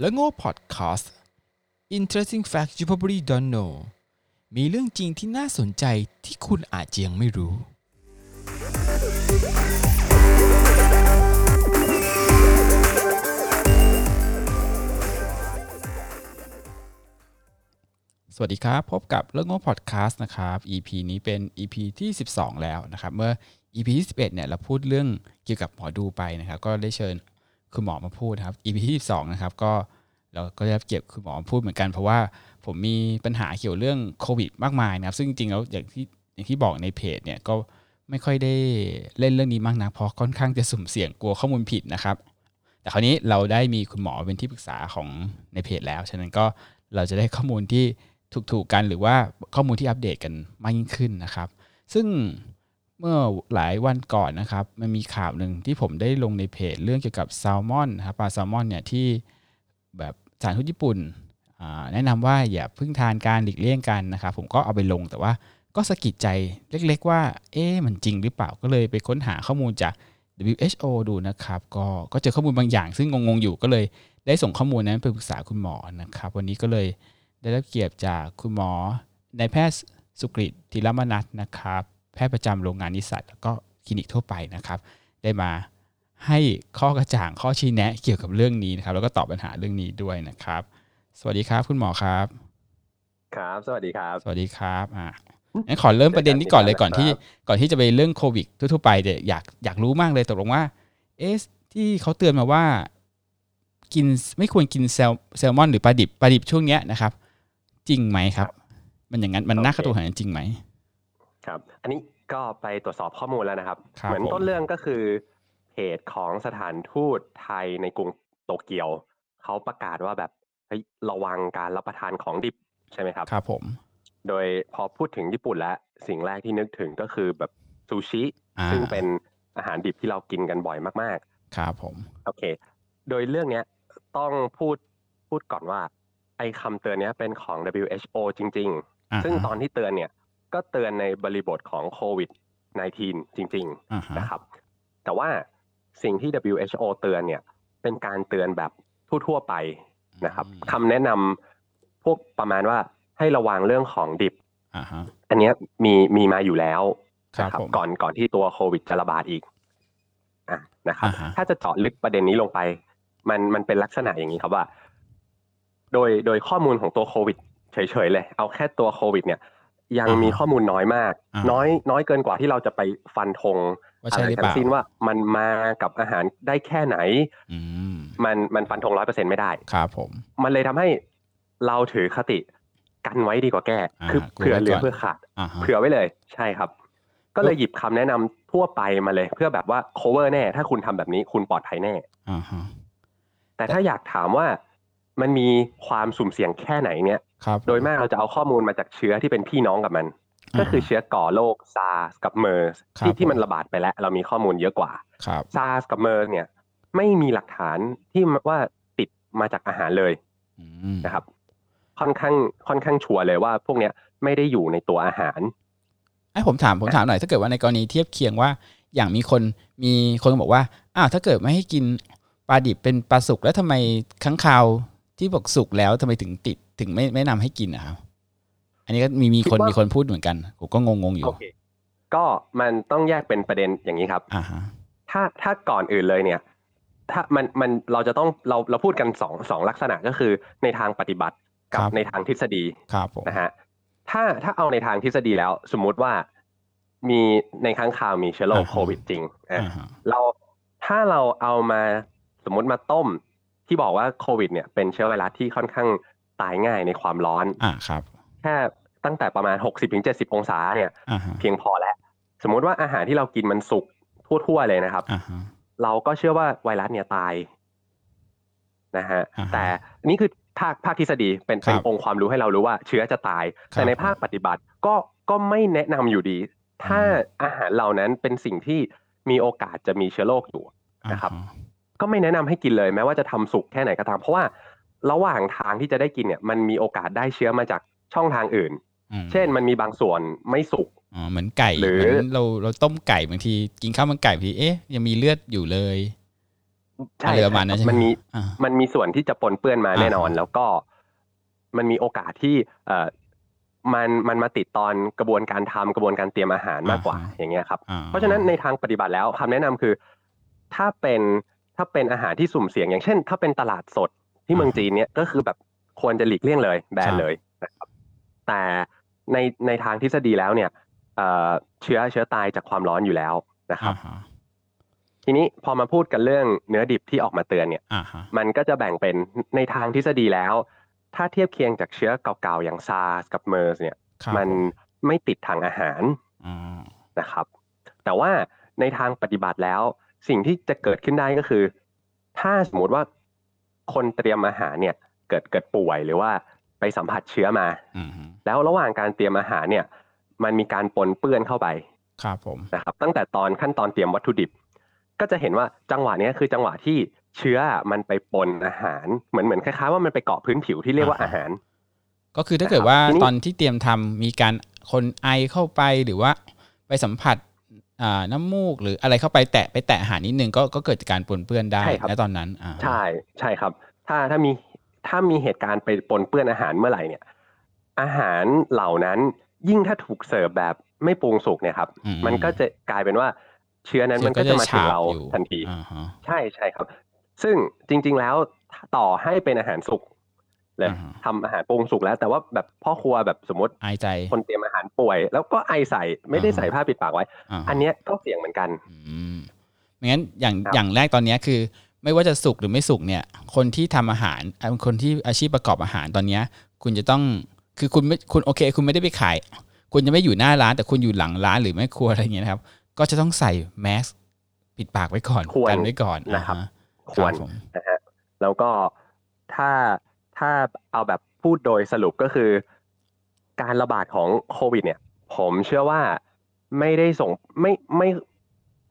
และโง่พอดแคสต์ Interesting Facts You Probably Don't Know มีเรื่องจริงที่น่าสนใจที่คุณอาจจะยังไม่รู้ สวัสดีครับ พบกับเรื่องโง่พอดแคสต์นะครับ EP นี้เป็น EP ที่ 12 แล้วนะครับ เมื่อ EP ที่11เนี่ยเราพูดเรื่องเกี่ยวกับหมอดูไปนะครับ ก็ได้เชิญคุณหมอมาพูดนะครับ EP ที่12นะครับก็เราก็ได้รับเกียรติคุณหมอมาพูดเหมือนกัน เพราะว่าผมมีปัญหาเกี่ยวเรื่องโควิดมากมายนะครับ ซึ่งจริงๆแล้วอย่างที่อย่างที่บอกในเพจเนี่ยก็ไม่ค่อยได้เล่นเรื่องนี้มากนะเพราะค่อนข้างจะสุ่มเสี่ยงกลัวข้อมูลผิดนะครับ แต่คราวนี้เราได้มีคุณหมอเป็นที่ปรึกษาของในเพจแล้ว ฉะนั้นก็เราจะได้ข้อมูลที่ถูกๆกันหรือว่าข้อมูลที่อัปเดตกันมากยิ่งขึ้นนะครับ ซึ่งเมื่อหลายวันก่อนนะครับ มันมีข่าวหนึ่งที่ผมได้ลงในเพจเรื่องเกี่ยวกับแซลมอนนะครับปลาแซลมอนเนี่ยที่แบบสถารทูตญี่ปุ่นอ่าแนะนำว่าอย่าเพิ่งทานการหลีกเลี่ยงกันนะครับ ผมก็เอาไปลงแต่ว่าก็สะกิดใจเล็ก ๆ ว่า เอ๊ะมันจริงหรือเปล่าก็เลยไปค้นหาข้อมูลจาก WHO ดูนะครับ ก็ก็เจอข้อมูลบางอย่าง ซึ่งงงๆอยู่ก็เลยได้ส่งข้อมูลนั้นไปปรึกษาคุณหมอนะครับ วันนี้ก็เลยได้รับเกียรติจากคุณหมอนายแพทย์สุกฤตธีรมนัทนะครับ แพทย์ประจำโรงงานนิสสัตแล้วก็คลินิกทั่วไปนะครับ ได้มาให้ข้อกระจ่างข้อชี้แนะเกี่ยวกับเรื่องนี้นะครับ แล้วก็ตอบปัญหาเรื่องนี้ด้วยนะครับ สวัสดีครับคุณหมอครับ ครับ สวัสดีครับ สวัสดีครับอ่ะงั้นขอเริ่มประเด็นนี้ก่อนเลยก่อนที่ ก่อนที่จะไปเรื่องโควิดทั่วๆไปเนี่ยอยากอยากรู้มากเลยตกลงว่า เอะที่เขาเตือนมาว่า กินไม่ควรกินแซลแซลมอนหรือปลาดิบปลาดิบช่วงเนี้ยนะครับ จริงไหมครับ มันอย่างนั้นมันน่า โอเค กระตุกหันจริงไหม ครับ อันนี้ก็ไปตรวจสอบข้อมูลแล้วนะครับ ครับ เหมือน ผม ต้นเรื่องก็คือเพจของสถานทูตไทยในกรุงโตเกียว เขาประกาศว่าแบบเฮ้ยระวังการรับประทานของดิบใช่ไหมครับ ครับผม โดยพอพูดถึงญี่ปุ่นแล้วสิ่งแรกที่นึกถึงก็คือแบบซูชิ อ่า ซึ่งเป็นอาหารดิบที่เรากินกันบ่อยมาก ๆ ครับผม โอเค โดยเรื่องเนี้ยต้องพูดพูดก่อนว่า ไอ้คำเตือนเนี้ยเป็นของ WHO จริง อ่า ๆ ซึ่งตอนที่เตือนเนี่ย ก็เตือนในบริบทของโควิด -19 จริง อ่าฮะ ๆ นะครับ แต่ว่าสิ่งที่ WHO เตือนเนี่ย เป็นการเตือนแบบทั่ว ๆ ไปนะครับคำแนะนำพวกประมาณว่าให้ระวังเรื่องของดิบ อ่าฮะ อันเนี้ยมีมีมาอยู่แล้ว ครับ นะ ผม ก่อนก่อนที่ตัวโควิดจะระบาดอีกอ่ะนะครับ อ่าฮะ ถ้าจะเจาะลึกประเด็นนี้ลงไป มันมันเป็นลักษณะอย่างนี้ครับว่า โดยโดยข้อมูลของตัวโควิดเฉยๆเลย เอาแค่ตัวโควิด เนี่ย ยัง อ่าฮะ มีข้อมูลน้อยมาก อ่า น้อยน้อยเกินกว่าที่เราจะไปฟันธง ว่า อะ ใช่ ไร หรือเป ทั้ ล่าง สิ้นว่ามันมากับอาหารได้แค่ไหน อืม มันมันฟันธงร้อยเปอร์เซ็นไม่ได้ ครับผม มันเลยทำให้เราถือคติกันไว้ดีกว่าแก้ อ่า คือเผื่อเหลือ ไว้ก่อน เพื่อขาด อ่าฮะ เผื่อไว้เลยใช่ครับ ก็เลยหยิบคำแนะนำทั่วไปมาเลย เพื่อแบบว่า cover แน่ ถ้าคุณทำแบบนี้คุณปลอดภัยแน่ อ่าฮะ แต่ถ้าอยากถามว่ามันมีความสุ่มเสี่ยงแค่ไหนเนี่ย ครับ โดยมากเราจะเอาข้อมูลมาจากเชื้อที่เป็นพี่น้องกับมัน ก็คือ อ่า เชื้อก่อโรคซาร์สกับเมอร์ส ครับ ที่ที่ ผม มันระบาดไปแล้ว เรามีข้อมูลเยอะกว่า ครับ ซาร์สกับเมอร์สเนี่ย ไม่มีหลักฐานที่ว่าติดมาจากอาหารเลย อืม นะครับ ค่อนข้างค่อนข้างชัวร์เลยว่า พวกเนี้ยไม่ได้อยู่ในตัวอาหาร ไอ้ยผมถามผมถามหน่อยถ้าเกิดว่าในกรณีเทียบเคียงว่า อย่างมีคนมีคนบอกว่าอ้าวถ้าเกิดไม่ให้กินปลาดิบเป็นปลาสุกแล้วทำไมค้างคาวที่บอกสุกแล้วทำไมถึงติดถึงไม่ไม่นำให้กินนะครับ อันนี้ก็มีมีคน คิดว่ามี มีคนพูดเหมือนกันผมก็งงงๆอยู่ โอเค ก็มันต้องแยกเป็นประเด็นอย่างนี้ครับ อ่าฮะ ถ้าถ้าก่อนอื่นเลยเนี่ย ถ้ามันมันเราจะต้องเราเราพูดกันสองสองลักษณะก็คือในทางปฏิบัติกัในทางทฤษฎี ครับผม นะฮะ ถ้าถ้าเอาในทางทฤษฎีแล้ว สมมุติว่ามีในค้างคาวมีเชื้อโรคโควิดจริงอ่ะ อ่าฮะ เราถ้าเราเอามาสมมุติมาต้มที่บอกว่าโควิดเนี่ยเป็นเชื้อไวรัสที่ค่อนข้างตายง่ายในความร้อน อ่าครับ แค่ตั้งแต่ประมาณ 60-70 องศาเนี่ย อ่าฮะ เพียงพอแล้ว สมมุติว่าอาหารที่เรากินมันสุกทั่วๆเลยนะครับ อ่าฮะ เราก็เชื่อว่าไวรัสเนี่ยตายนะฮะ อ่าฮะ แต่นี่คือภาคภาคทฤษฎีเป็นเป็คนรับ องค์ความรู้ให้เรารู้ว่าเชื้อจะตาย ครับ แต่ในภาคปฏิบัติก็ก็ไม่แนะนำอยู่ดี ถ้า อื อาหารเหล่านั้นเป็นสิ่งที่มีโอกาสจะมีเชื้อโรคอยู่ นะครับ อ่าฮ ก็ไม่แนะนำให้กินเลยแม้ว่าจะทำสุกแค่ไหนก็ตามเพราะว่าระหว่างทางที่จะได้กินเนี่ยมันมีโอกาสได้เชื้อมาจากช่องทางอื่น อืม เช่นมันมีบางส่วนไม่สุก อ๋อเหมือนไก่ หรือ เหมือนเราเราต้มไก่บางที กินข้าวมันไก่บางทีเอ๊ะยังมีเลือดอยู่เลยอะไรประมาณนั้นใช่ไหม มันมี อ่า มันมีส่วนที่จะปนเปื้อนมา อ่า แน่นอน ครับ แล้วก็มันมีโอกาสที่เออมันมันมาติดตอนกระบวนการทำกระบวนการเตรียมอาหารมากกว่า อ่าฮะ อย่างเงี้ยครับ อ่ เพราะฉะนั้นในทางปฏิบัติแล้วคำแนะนำคือ ถ้าเป็นถ้าเป็นอาหารที่สุ่มเสี่ยง อย่างเช่น ถ้าเป็นตลาดสดที่เมืองจีนเนี่ยก็คือแบบควรจะหลีกเลี่ยงเลยแบนเลยนะครับแต่ในในทางทฤษฎีแล้วเนี่ยเอ่อเชื้อเชื้อตายจากความร้อนอยู่แล้วนะครับ อ่าฮะ ทีนี้พอมาพูดกันเรื่องเนื้อดิบที่ออกมาเตือนเนี่ย อ่าฮะ มันก็จะแบ่งเป็นในทางทฤษฎีแล้ว ถ้าเทียบเคียงจากเชื้อเก่าๆ อย่างซาร์สกับเมอร์สเนี่ย ครับ มัน ผ ไม่ติดทางอาหาร อ่า นะครับ แต่ว่าในทางปฏิบัติแล้ว สิ่งที่จะเกิดขึ้นได้ก็คือ ถ้าสมมติว่าคนเตรียมอาหารเนี่ย เกิดเกิดป่วยหรือว่าไปสัมผัสเชื้อมา อืมฮึ แล้วระหว่างการเตรียมอาหารเนี่ย มันมีการปนเปื้อนเข้าไป ครับผม นะครับตั้งแต่ตอนขั้นตอนเตรียมวัตถุดิบ ก็จะเห็นว่าจังหวะเนี้ยคือจังหวะที่เชื้อมันไปปนอาหารเหมือนเหมือนคล้ายๆว่ามันไปเกาะพื้นผิวที่เรียกว่าอาหาร ก็คือถ้าเกิดว่า ทีนี้ ตอนที่เตรียมทำมีการคนไอเข้าไปหรือว่า ไปสัมผัสอ่าน้ำมูกหรืออะไรเข้าไปแตะไปแตะอาหารนิดนึงก็ก็เกิดการปนเปื้อนได้ ใช่ครับ และตอนนั้นอ่า ใช่ใช่ครับ ถ้าถ้ามีถ้ามีเหตุการณ์ไปปนเปื้อนอาหารเมื่อไหร่เนี่ย อาหารเหล่านั้นยิ่งถ้าถูกเสิร์ฟแบบไม่ปรุงสุกเนี่ยครับ อื มันก็จะกลายเป็นว่าเชื้อนั้นมันก็จะมาถึงเราทันที อ่าฮะ ใช่ใช่ครับ ซึ่งจริง ๆแล้วต่อให้เป็นอาหารสุกเลย อ่าฮะ ทำอาหารปรุงสุกแล้ว แต่ว่าแบบพ่อครัวแบบสมมติ อายใจ คนเตรียมอาหารป่วย แล้วก็ไอใส่ไม่ได้ อ่าฮะ ใส่ผ้าปิดปากไว้ อาฮะ อันเนี้ยก็เสี่ยงเหมือนกัน อืมงั้นอย่าง ครับ อย่างแรกตอนเนี้ยคือ ไม่ว่าจะสุกหรือไม่สุกเนี่ย คนที่ทำอาหารอ่ะคนที่อาชีพประกอบอาหารตอนเนี้ย คุณจะต้องคือคุณไม่คุณโอเค คุณไม่ได้ไปขาย คุณจะไม่อยู่หน้าร้าน แต่คุณอยู่หลังร้านหรือแม่ครัวอะไรอย่างเงี้ยนะครับ ก็จะต้องใส่แมสก์ปิดปากไว้ก่อน ควร กันไว้ก่อน นะครับ อ่าฮ ควร บผม นะฮะแล้วก็ถ้าถ้าเอาแบบพูดโดยสรุปก็คือ การระบาดของโควิด เนี่ย ผมเชื่อว่าไม่ได้ส่งไม่ไม่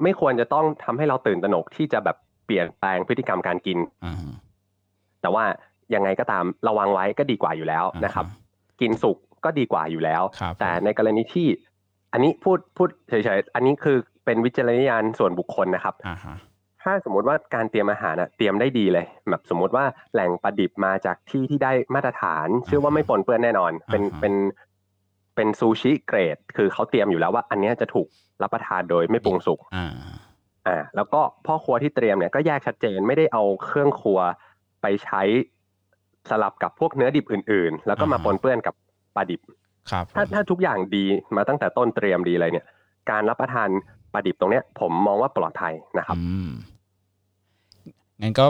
ไม่ควรจะต้องทำให้เราตื่นตระหนกที่จะแบบเปลี่ยนแปลงพฤติกรรมการกิน อ่าฮะ แต่ว่ายังไงก็ตามระวังไว้ก็ดีกว่าอยู่แล้วนะครับ กินสุกก็ดีกว่าอยู่แล้ว ครับ แต่ในกรณีที่ อันนี้พูดพูดเฉยๆอันนี้คือเป็นวิจารณญาณส่วนบุคคลนะครับ อ่าฮะ ถ้าสมมติว่าการเตรียมอาหารนะเตรียมได้ดีเลย แบบสมมติว่าแหล่งประดิบมาจากที่ที่ได้มาตรฐานเชื่อว่าไม่ปนเปื้อนแน่นอน เป็นเป็นเป็นซูชิเกรด คือเขาเตรียมอยู่แล้วว่า อันเนี้ยจะถูกรับประทานโดยไม่ปรุงสุก อ่า อ่าแล้วก็พ่อครัวที่เตรียมเนี่ยก็แยกชัดเจนไม่ได้เอาเครื่องครัวไปใช้สลับกับพวกเนื้อดิบอื่น ๆ แล้วก็มา อ่าฮะ ปนเปื้อนกับปลาดิบ ครับผม ถ้าถ้าทุกอย่างดีมาตั้งแต่ต้นเตรียมดีเลยเนี่ย การรับประทานปลาดิบตรงเนี้ยผมมองว่าปลอดภัยนะครับ อืมงั้นก็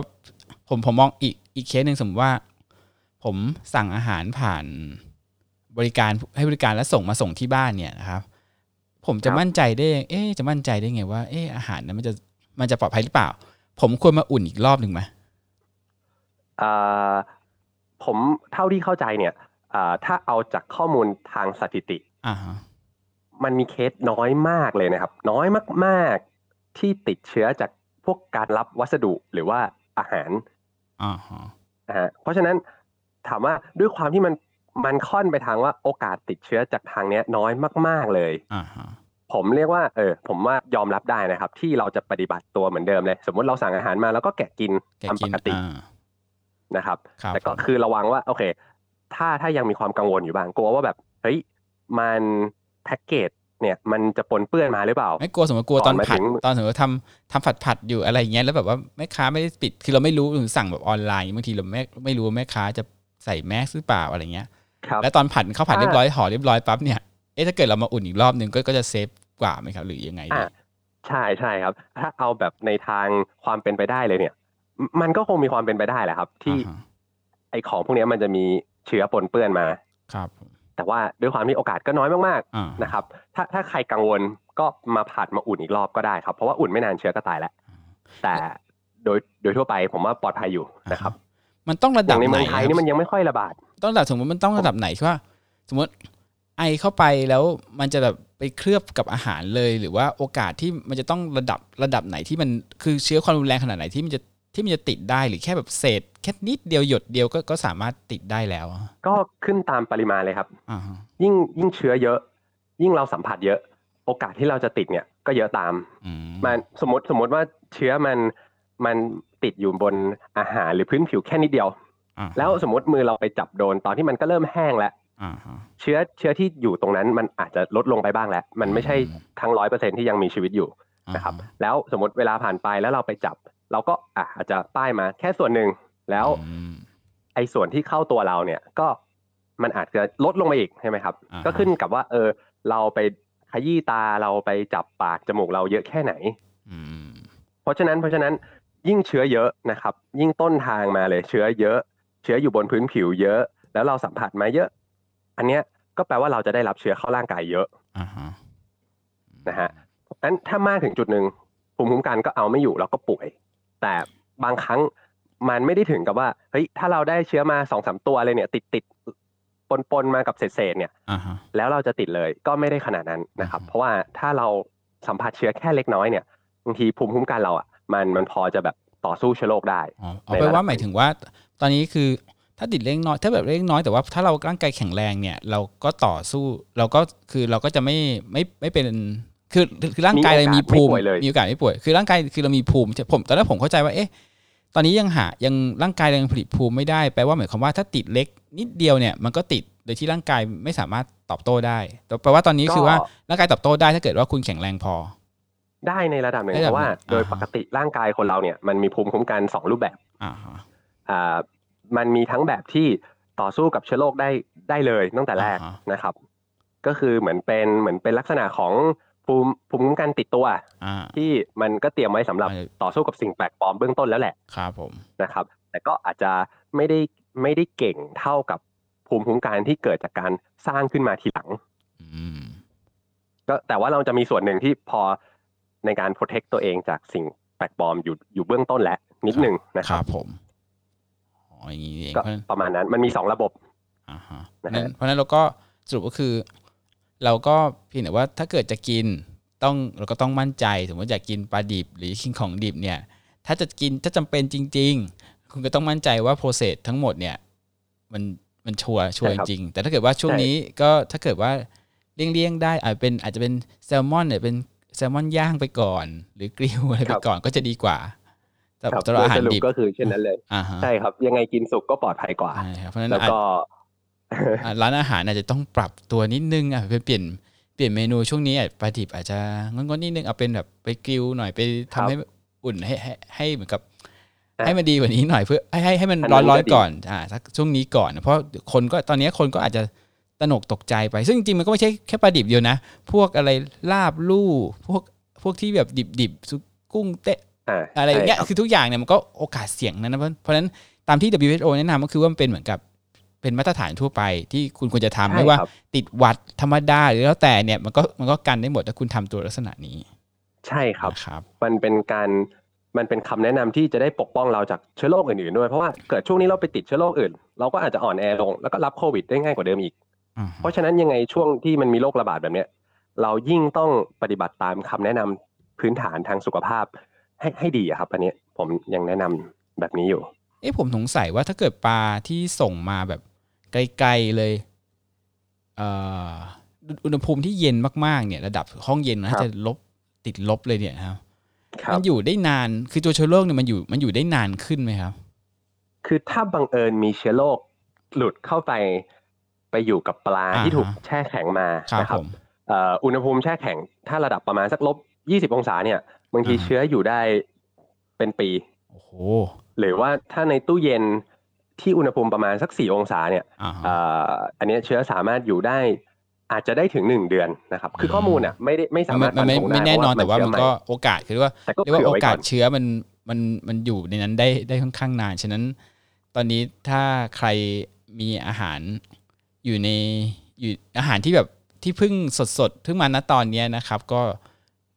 ผมผมมองอีกอีกเคสหนึ่งสมมติว่า ผมสั่งอาหารผ่านบริการให้บริการแล้วส่งมาส่งที่บ้านเนี่ยนะครับ ผมจะ ครับ มั่นใจได้ เอ๊ะจะมั่นใจได้ไงว่าเอ๊ะอาหารนั้นมันจะมันจะปลอดภัยหรือเปล่า ผมควรมาอุ่นอีกรอบหนึ่งไหม เอ่อผมเท่าที่เข้าใจเนี่ยเอ่อถ้าเอาจากข้อมูลทางสถิติ อ่าฮะ มันมีเคสน้อยมากเลยนะครับ น้อยมาก ๆที่ติดเชื้อจากพวกการรับวัสดุหรือว่าอาหาร อ่าฮะ นะฮะเพราะฉะนั้นถามว่าด้วยความที่มันมันค่อนไปทางว่าโอกาสติดเชื้อจากทางเนี้ยน้อยมาก ๆเลย อ่าฮะ ผมเรียกว่าเออผมว่ายอมรับได้นะครับ ที่เราจะปฏิบัติตัวเหมือนเดิมเลย สมมติเราสั่งอาหารมาแล้วก็แกะกิน แกะ ตามป กิน กติ อ่า นะครับ ครับ แต่ก็ ผม คือระวังว่าโอเค ถ้าถ้ายังมีความกังวลอยู่บ้างกลัวว่าแบบเฮ้ยมันแพ็กเกจเนี่ยมันจะปนเปื้อนมาหรือเปล่า ไม่กลัวสมมติกลัวตอน ก่อนมา ผัด ถึง ตอนสมมติว่าทำทำผัดผัดอยู่อะไรอย่างเงี้ยแล้วแบบว่าแม่ค้าไม่ได้ปิดคือเราไม่รู้หรือสั่งแบบออนไลน์บางทีเราไม่ไม่รู้ว่าแม่ค้าจะใส่แมสหรือเปล่าอะไรเงี้ย ครับ แล้วตอนผัดข้าวผัด อ่า เรียบร้อยห่อเรียบร้อยปั๊บเนี่ย เอ๊ะถ้าเกิดเรามาอุ่นอีกรอบหนึ่งก็ก็จะเซฟกว่าไหมครับ หรือยังไงดี อ่ะใช่ใช่ครับ ถ้าเอาแบบในทางความเป็นไปได้เลยเนี่ย มันก็คงมีความเป็นไปได้แหละครับ ที่ อ่าฮะ ไอของพวกเนี้ยมันจะมีเชื้อปนเปื้อนมา ครับผม แต่ว่าด้วยความที่โอกาสก็น้อยมาก อ่า ๆนะครับ ถ้าถ้าใครกังวลก็มาผัดมาอุ่นอีกรอบก็ได้ครับ เพราะว่าอุ่นไม่นานเชื้อก็ตายแล้ว แต่โดยโดยทั่วไปผมว่าปลอดภัยอยู่นะครับ มันต้องระ อ ดับย่างไหในเมื น องไทยนี่มัคนรับ ยังไม่ค่อยระบาด ต้องระดับสมมติมันต้องระดับไหนคือว่าสมมติไอเข้าไปแล้วมันจะแบบไปเคลือบกับอาหารเลย หรือว่าโอกาสที่มันจะต้องระดับระดับไหนที่มันคือเชื้อความรุนแรงขนาดไหนที่มันจะ ที่มันจะติดได้หรือแค่แบบเศษแค่นิดเดียวหยดเดียวก็ก็สามารถติดได้แล้วอะ ก็ขึ้นตามปริมาณเลยครับ อ่าฮะ ยิ่งยิ่งเชื้อเยอะ ยิ่งเราสัมผัสเยอะ โอกาสที่เราจะติดเนี่ยก็เยอะตาม อืม มันสมมติสมมติว่าเชื้อมันมันติดอยู่บนอาหารหรือพื้นผิวแค่นิดเดียว อ่าฮะ แล้วสมมติมือเราไปจับโดนตอนที่มันก็เริ่มแห้งแล้ว อ่าฮะ เชื้อเชื้อที่อยู่ตรงนั้นมันอาจจะลดลงไปบ้างแล้ว มันไม่ใช่ทั้งร้อยเปอร์เซ็นที่ยังมีชีวิตอยู่ อ่า นะครับ ฮะ แล้วสมมติเวลาผ่านไปแล้วเราไปจับ เราก็อ่ะอาจจะป้ายมาแค่ส่วนหนึ่ง แล้ว อืม ไอ้ส่วนที่เข้าตัวเราเนี่ยก็มันอาจจะลดลงมาอีกใช่ไหมครับ อ่าฮะ ก็ขึ้นกับว่าเออเราไปขยี้ตาเราไปจับปากจมูกเราเยอะแค่ไหน อืม เพราะฉะนั้นเพราะฉะนั้นยิ่งเชื้อเยอะนะครับ ยิ่งต้นทางมาเลยเชื้อเยอะ เชื้ออยู่บนพื้นผิวเยอะ แล้วเราสัมผัสมาเยอะ อันเนี้ยก็แปลว่าเราจะได้รับเชื้อเข้าร่างกายเยอะ อ่าฮะ นะฮะนั้นถ้ามากถึงจุดหนึ่งภูมิคุ้มกันก็เอาไม่อยู่เราก็ป่วย แต่บางครั้งมันไม่ได้ถึงกับว่าเฮ้ยถ้าเราได้เชื้อมาสองสามตัวเลยเนี่ยติดติดปนปนๆมากับเศษเศษๆเนี่ย อ่าฮะ แล้วเราจะติดเลยก็ไม่ได้ขนาดนั้นนะครับ อืม เพราะว่าถ้าเราสัมผัสเชื้อแค่เล็กน้อยเนี่ยบางทีภูมิคุ้มกันเราอ่ะมันมันพอจะแบบต่อสู้เชื้อโรคได้ อ๋อเอาไปนว่าหมายถึงว่า ตอนนี้คือถ้าติดเล็กน้อย ถ้าแบบเล็กน้อยแต่ว่าถ้าเราร่างกายแข็งแรงเนี่ย เราก็ต่อสู้เราก็คือเราก็จะไม่ไม่ไม่เป็นคือคือร่างกายเรา มี มี โอกาส ภูมิ ไม่ป่วยเลย มีโอกาสไม่ป่วยคือร่างกายคือเรามีภูมิผมตอนแรกผมเข้าใจว่าเอ๊ะตอนนี้ยังหายังร่างกายเรายังผลิตภูมิไม่ได้แปลว่าหมายความว่าถ้าติดเล็กนิดเดียวเนี่ยมันก็ติดโดยที่ร่างกายไม่สามารถตอบโต้ได้แต่แปลว่าตอนนี้คือว่าร่างกายตอบโต้ได้ถ้าเกิดว่าคุณแข็งแรงพอ ได้ในระดับหนึ่ง ระดับ เพราะหว่านึ่ง โดย อ่าฮะ ปกติร่างกายคนเราเนี่ยมันมีภูมิคุ้มกันสองรูปแบบ อ่าฮะ อ่ามันมีทั้งแบบที่ต่อสู้กับเชื้อโรคได้ได้เลยตั้งแต่แรก อ่าฮะ นะครับ ก็คือเหมือนเป็นเหมือนเป็นลักษณะของภูมิภูมิคุ้มกันติดตัว อ่า ที่มันก็เตรียมไว้สำหรับ อ่า ต่อสู้กับสิ่งแปลกปลอมเบื้องต้นแล้วแหละ ครับผม นะครับแต่ก็อาจจะไม่ได้ไม่ได้เก่งเท่ากับภูมิคุ้มกันที่เกิดจากการสร้างขึ้นมาทีหลัง อืม ก็แต่ว่าเราจะมีส่วนหนึ่งที่พอในการ protect ตัวเองจากสิ่งแปลกปลอมอยู่อยู่เบื้องต้นแล้วนิดหนึ่งนะ ค ครั รั บบ ผมอ๋ออย่างนี้เอง ก็ เพราะฉะนั้น ประมาณนั้นมันมีสองระบบ อ่าฮะ นะฮะ นั้นเพราะฉะนั้นเราก็สรุปก็คือ เราก็เพียงแต่ว่าถ้าเกิดจะกินต้องเราก็ต้องมั่นใจสมมติอยากกินปลาดิบหรือกินของดิบเนี่ย ถ้าจะกินถ้าจำเป็นจริง ๆ คุณก็ต้องมั่นใจว่าโปรเซสทั้งหมดเนี่ย มันมันชัวร์ชัวร์ ใช่ครับ จริงๆแต่ถ้าเกิดว่าช่วง ใช่ นี้ก็ถ้าเกิดว่าเลี่ยงๆได้อาจเป็นอาจจะเป็นแซลมอนเนี่ยเป็นแซลมอนย่างไปก่อน หรือกริลอะไรไปก่อนก็จะดีกว่าสำห ค รั รั บบสำหรับอาหา ส ร รุป ดิบ ก็คือเช่นนั้นเลย อ่าฮะ ใช่ครับ ยังไงกินสุกก็ปลอดภัยกว่า ใช่ครับเพราะฉะนั้น แล้ว อาจ ก็ อ่ะร้านอาหารอาจจะต้องปรับตัวนิดนึงอ่ะไปเปลี่ยนเปลี่ยนเมนูช่วงนี้อ่ะปลาดิบอาจจะงดๆนิดนึงเอาเป็นแบบไปกริลหน่อยไปทำ ครับ ให้อุ่นให้ให้ให้เหมือนกับ อ่ะ ให้มันดีกว่านี้หน่อยเพื่อให้ให้ให้มัน อันร้นั้อน น ร้อน ก็ดี ก่อนอ่าสักช่วงนี้ก่อนนะเพราะคนก็ตอนนี้คนก็อาจจะตระหนกตกใจไป ซึ่งจริงๆมันก็ไม่ใช่แค่ปลาดิบเดียวนะ พวกอะไรลาบลู่พวกพวกที่แบบดิบดิบๆซุปกุ้งเตะ อ่า อะไรอย่างเงี้ย ใช่ครับ คือทุกอย่างเนี่ยมันก็โอกาสเสี่ยงนั้นนะเพราะเพราะฉะนั้นตามที่ WHO แนะนำก็คือว่ามันเป็นเหมือนกับเป็นมาตรฐานทั่วไปที่คุณควรจะทำ ใช่ ไม่ว่า ครับ ติดหวัดธรรมดาหรือแล้วแต่เนี่ยมันก็มันก็กันได้หมดถ้าคุณทำตัวลักษณะนี้ ใช่ครับ นะครับ มันเป็นการมันเป็นคำแนะนำที่จะได้ปกป้องเราจากเชื้อโรคอื่นๆด้วยเพราะว่าเกิดช่วงนี้เราไปติดเชื้อโรคอื่น เราก็อาจจะอ่อนแอลงแล้วก็รับโควิดได้ง่ายกว่าเดิมอีก อ่าฮะ เพราะฉะนั้นยังไงช่วงที่มันมีโรคระบาดแบบเนี้ยเรายิ่งต้องปฏิบัติตามคำแนะนำพื้นฐานทางสุขภาพให้ให้ดีอะครับ อันเนี้ยผมยังแนะนำแบบนี้อยู่ เอ๊ะผมสงสัยว่าถ้าเกิดปลาที่ส่งมาแบบไกลๆเลยเอ่ออุณหภูมิที่เย็นมากๆเนี่ยระดับห้องเย็น ครั นะ บ จะลบติดลบเลยเนี่ยครับ ครั มั บ นอยู่ได้นานคือตัวเชื้อโรคเนี่ยมันอยู่มันอยู่ได้นานขึ้นไหมครับ คือถ้าบังเอิญมีเชื้อโรคหลุดเข้าไปไปอยู่กับปลา อ่า ที่ถูก ฮะ แช่แข็งมา ครับ นะค ผ รับ ม เอ่ออุณหภูมิแช่แข็ง ถ้าระดับประมาณสักลบ 20 องศาเนี่ยบางที อ่า เชื้ออยู่ได้เป็นปี โอ้โห หรือว่าถ้าในตู้เย็นที่อุณหภูมิประมาณสัก 4 องศาเนี่ย อ่าฮะ เอ่ออันเนี้ยเชื้อสามารถอยู่ได้อาจจะได้ถึง 1 เดือนนะครับ คือ อืม ข้อมูลอ่ะไม่ได้ไม่สามารถ มันไม่ ฟันธงด้ ไม่แน่นอนแต่ เพระ ว่ามัน เชื้ ก็ ให โอกาสคือว่า แต่ก็ เรียกว่า เผื่อ โอ ไว้ กา ก่ ส อน เชื้อมันมันมันอยู่ในนั้นได้ได้ค่อนข้างนาน ฉะนั้นตอนนี้ถ้าใครมีอาหารอยู่ในอยู่อาหารที่แบบที่เพิ่งสดสดๆเพิ่งมาณตอนเนี้ยนะครับ ก็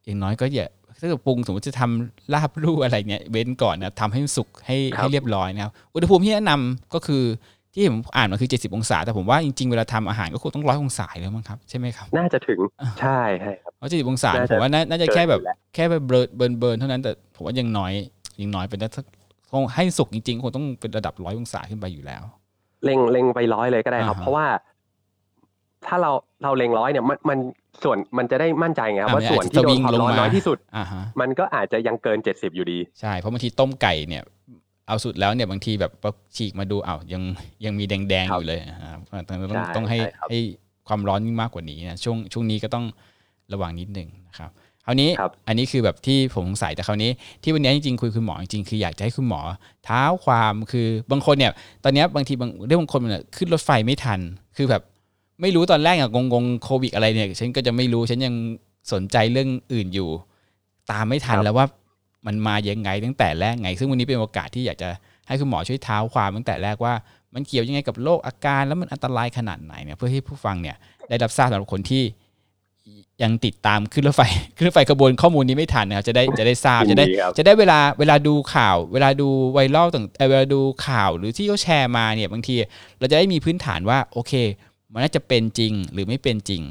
อย่างน้อยก็อย่าถ้าเกิดปรุงสมมติจะทำลาบลู่อะไรเนี่ยเว้นก่อนนะครับทำให้มันสุกให้ให้เรียบร้อยนะครับอุณหภูมิที่แนะนำก็คือที่ผมอ่านมาคือ 70 องศา แต่ผมว่าจริงๆเวลาทำอาหารก็คงต้องร้อยองศาอยู่แล้วมั้งครับใช่ไหมครับ น่าจะถึง อ่า ใช่ใช่ครับ ร้อยเจ็ดสิบองศา น่าจะ ผมว่าน่าน่าจะแค่แบบ เกินอยู่แล้ว แค่แบบเบิร์นเบิร์นเบิร์นเท่านั้นแต่ผมว่ายังน้อยยังน้อยไปได้สัก คงให้สุกจริงๆ คงต้องเป็นระดับร้อยองศาขึ้นไปอยู่แล้ว เล็งเล็งไปร้อยเลยก็ได้ครัอ่าบฮะ เพราะว่า ถ้าเราเราเล็งร้อยเนี่ยมันมันส่วนมันจะได้มั่นใจไงครับ อ่า ว่าส่วน มันอาจจะ ที่โดนความสวิงลร้อง น มา น้อยที่สุด อ่าฮะ มันก็อาจจะยังเกินเจ็ดสิบอยู่ดี ใช่ เพราะบางทีต้มไก่เนี่ย เอาสุดแล้วเนี่ยบางทีแบบฉีกมาดูอ้าวยังยังมีแดงๆ คอรับ ยู่เลยนะครับต้องต้อง ใช่ ต้องให้ ใช่ครับ ให้ความร้อนยิ่งมากกว่านี้นะช่วงช่วงนี้ก็ต้องระวังนิดหนึ่งนะครับคราวนี้ ครับ อันนี้คือแบบที่ผมสงสัยแต่คราวนี้ที่วันนี้จริงๆคุยคุณหมอจริงๆคืออยากจะให้คุณหมอเท้าความคือบางคนเนี่ย ตอนเนี้ยบางทีบางเรื่องบางคนเนี่ยขึ้นรถไฟไม่ทัน คือแบบไม่รู้ตอนแรกอะงงงๆโควิดอะไรเนี่ยฉันก็จะไม่รู้ฉันยังสนใจเรื่องอื่นอยู่ ตามไม่ทัน ครับ แล้วว่ามันมายังไงตั้งแต่แรกไง ซึ่งวันนี้เป็นโอกาสที่อยากจะให้คุณหมอช่วยเท้าความตั้งแต่แรกว่า มันเกี่ยวยังไงกับโรคอาการแล้วมันอันตรายขนาดไหนเนี่ยเพื่อให้ผู้ฟังเนี่ยได้รับทราบสำหรับคนที่ยังติดตามขึ้นรถไฟ ขึ้นรถไฟขบวนข้อมูลนี้ไม่ทันนะครับจะได้จะได้ทราบ ยิ จะ นดี ได้ ครับ จะได้เวลาเวลาดูข่าว เวลาดูไวรัลต่างเอ่อเวลาดูข่าวหรือที่เขาแชร์มาเนี่ยบางที เราจะได้มีพื้นฐานว่าโอเค มันน่าจะเป็นจริงหรือไม่เป็นจริง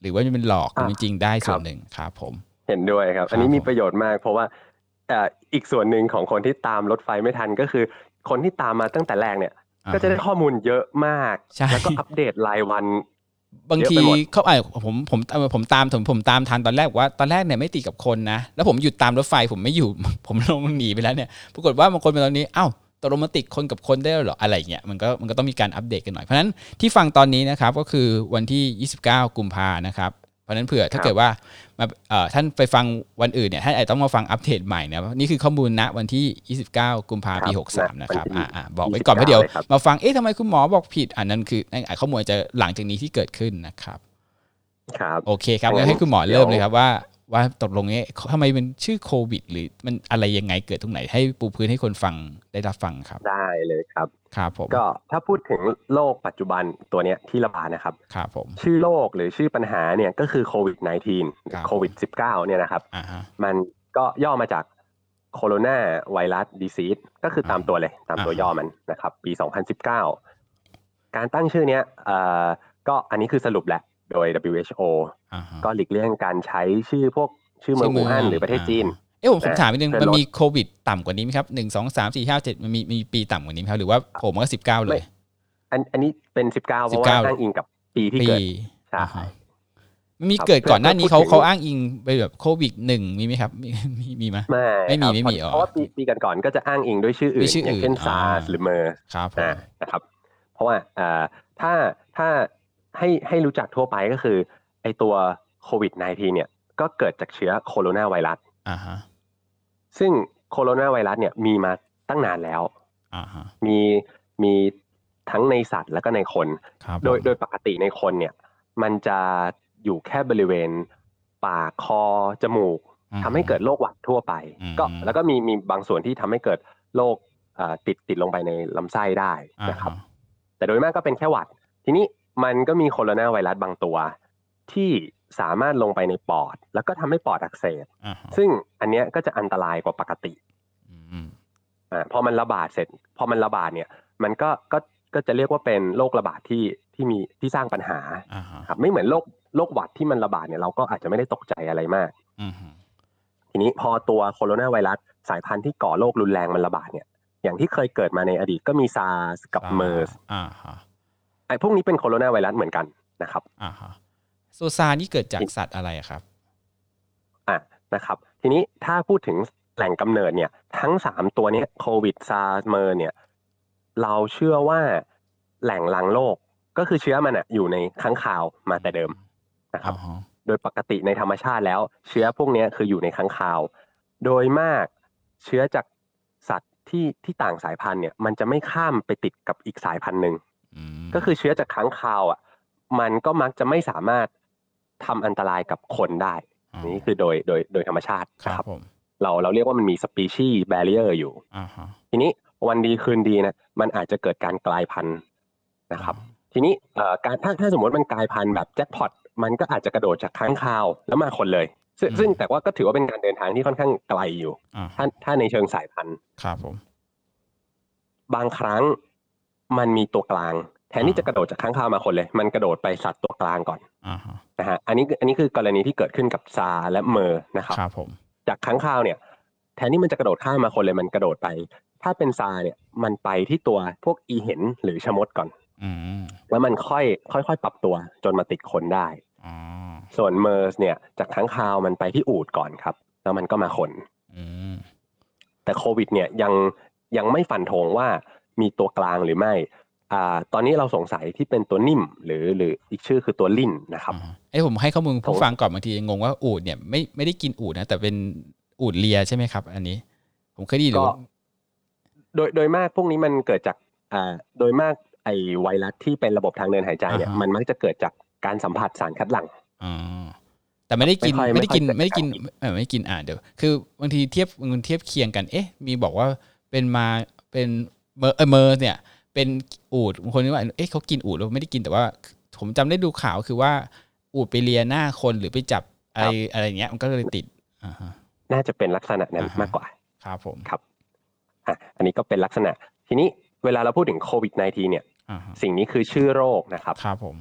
หรือว่ามันเป็นหลอกหรือมันจริงได้ส่วนหนึ่งครับผม เห็นด้วยครับ อัน ค นี้ รับ มี ผม ประโยชน์มาก เพราะว่าเอ่ออีกส่วนหนึ่งของคนที่ตามรถไฟไม่ทันก็คือ คนที่ตามมาตั้งแต่แรกเนี่ย อ่า ก็จะได้ข้อมูลเยอะมาก ใช่ แล้วก็อัปเดตรายวัน บางที เยอะไปหมด เขาไอ้ผมผมเอ่อผมตามผมผมตามทันตอนแรกบอกว่าตอนแรกเนี่ยไม่ติดกับคนนะ แล้วผมหยุดตามรถไฟผมไม่อยู่ ผมลงหนีไปแล้วเนี่ยปรากฏว่าบางคนเป็นตอนนี้อ้าวตกลงมันติดคนกับคนได้แล้วเหรออะไรเงี้ยมันก็มันก็ต้องมีการอัปเดตกันหน่อยเพราะฉะนั้นที่ฟังตอนนี้นะครับก็คือวันที่ 29 กุมภานะครับเพราะฉะนั้นเผื่อถ้าเกิดว่ามาเอ่อท่านไปฟังวันอื่นเนี่ยท่านอาจจะต้องมาฟังอัปเดตใหม่นะนี่คือข้อมูลณวันที่ 29 กุมภาพันธ์ปี ครับ 63 นะครับ วันที่ อ่าอ่าบอกไว้ก่อนเพราะเดี๋ยว เลยครับ มาฟัง เอ๊ะทำไมคุณหมอบอกผิด อันนั้นคือนั่นอาจข้อมูลอาจจะหลังจากนี้ที่เกิดขึ้นนะครับ ครับ โอเคครับ โอ้ งั้นให้คุณหมอ เดี๋ยว เริ่มเลยครับว่า ว่าตกลงเนี้ยทำไมมันชื่อโควิด หรือมันอะไรยังไงเกิดตรงไหน ให้ปูพื้นให้คนฟังได้รับฟังครับ ได้เลยครับ ครับผม ก็ถ้าพูดถึงโรคปัจจุบันตัวเนี้ยที่ระบาดนะครับ ครับผม ชื่อโรคหรือชื่อปัญหาเนี่ยก็คือโควิด ครับ -19 โควิด -19 เนี่ยนะครับ อ่าฮะ มันก็ย่อมาจากโคโรนาไวรัสดีซีสก็คือตามตัวเลย ตามตัว อ่า ย่อมันนะครับ ปี 2019 การตั้งชื่อเนี้ยเอ่อก็อันนี้คือสรุปแหละโดย WHO อ่าฮะ ก็หลีกเลี่ยงการใช้ชื่อพวกชื่อเมือง ชื่ อู่ฮั่นหรือประเทศจีน าเอ๊ะผมผมถามนิดนึง แต่ลด มันมีโควิดต่ำกว่านี้ไหมครับหนึ่งสองสามสี่ห้าเจ็ดมันมีมีปีต่ำกว่านี้ไหมครับหรือว่าผมก็สิบเก้าเลย อันอันนี้เป็น 19 เพราะว่า 19 อ้างอิงกับปีที่ ปี เกิด ใช่ อ่าฮะมันมี ครับ เกิดก่อนหน้านี้เขา พูดถึง เขาอ้างอิงไปแบบโควิดหนึ่งมีไหมครับมีมีมีไหม ไม่ ไม่มี ครับ ไม่มีอ๋อ เพราะว่าปีปีก่อนๆก็จะอ้างอิงด้วยชื่ออื่ ด้วนยชื่อ อ อื่น ย่างเช่น อ่า ซาร์หรือเมอร์ ครับผม อ่านะครับ เพราะว่าอ่าถ้าถ้าให้ให้รู้จักทั่วไปก็คือ ไอตัวโควิด -19 เนี่ย ก็เกิดจากเชื้อโคโรนาไวรัส อ่าฮะ ซึ่งโคโรนาไวรัสเนี่ยมีมาตั้งนานแล้ว อ่าฮะ มีมีทั้งในสัตว์แล้วก็ในคน ครับ โดย ผม โดยปกติในคนเนี่ย มันจะอยู่แค่บริเวณ ปากคอ จมูก อ่า ทำให้เกิดโรคหวัดทั่วไป อืม ก็แล้วก็มีมีบางส่วนที่ทำให้เกิดโรคอ่าติดติดลงไปในลำไส้ได้ อ่า นะครับ ฮะ แต่โดยมากก็เป็นแค่หวัด ทีนี้มันก็มีโคโรนาไวรัสบางตัว ที่สามารถลงไปในปอด แล้วก็ทำให้ปอดอักเสบ อ่าฮะ ซึ่งอันเนี้ยก็จะอันตรายกว่าปกติ อืม อ่าพอมันระบาดเสร็จ พอมันระบาดเนี่ย มันก็ก็ก็จะเรียกว่าเป็นโรคระบาดที่ที่มีที่สร้างปัญหา อ่าฮะ ครับไม่เหมือนโรคโรคหวัดที่มันระบาดเนี่ยเราก็อาจจะไม่ได้ตกใจอะไรมาก อืมฮะ ทีนี้พอตัวโคโรนาไวรัสสายพันธุ์ที่ก่อโรครุนแรงมันระบาดเนี่ย อย่างที่เคยเกิดมาในอดีตก็มีซาร์สกับเมอร์ส อ่าฮะ ไอ้พวกนี้เป็นโคโรนาไวรัสเหมือนกันนะครับ อ่าฮะโซซานี่เกิดจากสัตว์อะไรอะครับ อ่ะนะครับทีนี้ถ้าพูดถึงแหล่งกำเนิดเนี่ยทั้ง 3 ตัวเนี้โควิดซาร์เมอร์เนี่ยเราเชื่อว่าแหล่งหลังโลกก็คือเชื้อมันอะอยู่ในข้างข่าวมาแต่เดิมนะครับ อ่าฮะ โดยปกติในธรรมชาติแล้ว เชื้อพวกเนี้ยคืออยู่ในข้างข่าว โดยมากเชื้อจากสัตว์ที่ที่ต่างสายพันธุ์เนี่ยมันจะไม่ข้ามไปติดกับอีกสายพันธุ์หนึ่ง อืม ก็คือเชื้อจากค้างคาวอ่ะ มันก็มักจะไม่สามารถทำอันตรายกับคนได้ า นี่คือโดยโดยโดยธรรมชาติ ค นะ รั ครับ บ ผม เราเราเรียกว่ามันมีสปีชีส์แบเรียร์อยู่ อ่าฮะ ทีนี้วันดีคืนดีนะมันอาจจะเกิดการกลายพันธุ์นะครับ ทีนี้เอ่อการถ้าถ้าสมมติมันกลายพันธุ์แบบแจ็คพอตมันก็อาจจะกระโดดจากค้างคาวแล้วมาคนเลย ซึ่งซึ่งแต่ว่าก็ถือว่าเป็นการเดินทางที่ค่อนข้างไกลอยู่ อ่าฮะ ถ้าถ้าในเชิงสายพันธุ์ ครับผม บางครั้งมันมีตัวกลาง แทนที่จะกระโดดจากค้างคาวมาคนเลย มันกระโดดไปสัตว์ตัวกลางก่อน อ่าฮะ นะฮะอันนี้อันนี้คือกรณีที่เกิดขึ้นกับซาร์และเมอร์นะครับ ครับผม จากค้างคาวเนี่ย แทนที่มันจะกระโดดข้ามมาคนเลยมันกระโดดไป ถ้าเป็นซาเนี่ยมันไปที่ตัวพวกอีเห็นหรือชะมดก่อน อืม แล้วมันค่อยค่อยๆปรับตัวจนมาติดคนได้ อ๋อ ส่วนเมอร์สเนี่ยจากค้างคาวมันไปที่อูดก่อนครับ แล้วมันก็มาคน อืม แต่โควิดเนี่ยยังยังไม่ฟันธงว่ามีตัวกลางหรือไม่อ่าตอนนี้เราสงสัยที่เป็นตัวนิ่มหรือหรืออีกชื่อคือตัวลิ่นนะครับ อ่าเอ้ยผมให้ข้อมูล ผม ผู้ฟังก่อนบางทียังงงว่าอูดเนี่ยไม่ไม่ได้กินอูดนะแต่เป็นอูดเลียใช่ไหมครับ อันนี้ ผมเคยได้ยินหรื ก็ อว่า โดยโดยมากพวกนี้มันเกิดจากอ่าโดยมากไอไวรัสที่เป็นระบบทางเดินหายใจเนี่ยมันมักจะเกิดจากการสัมผัสสารคัดหลั่ง อ๋อแต่ไม่ได้กิน ไม่ค่อย ไม่ได้กิน ไม่ ไม่ได้ค่อยกินเออไม่ได้กินอ่าเดี๋ยวคือบางทีเทียบมันเทียบเคียงกัน เอ๊ะ มีบอกว่าเป็นมาเป็นเมอร์เออเมอร์เนี่ย เป็นอูดบางคนนึกว่าเอ๊ะเขากินอูดแล้วไม่ได้กินแต่ว่า ผมจำได้ดูข่าวคือว่า อูดไปเลียหน้าคนหรือไปจับอะไร ครับ อะไรอย่างเงี้ยมันก็เลยติดอ่าฮะ น่าจะเป็นลักษณะนั้น อ่าฮะ มากกว่า ครับผม อ่ะอันนี้ก็เป็นลักษณะ ทีนี้เวลาเราพูดถึงโควิด -19 เนี่ย อ่าฮะ สิ่งนี้คือชื่อโรคนะครับ ครับผม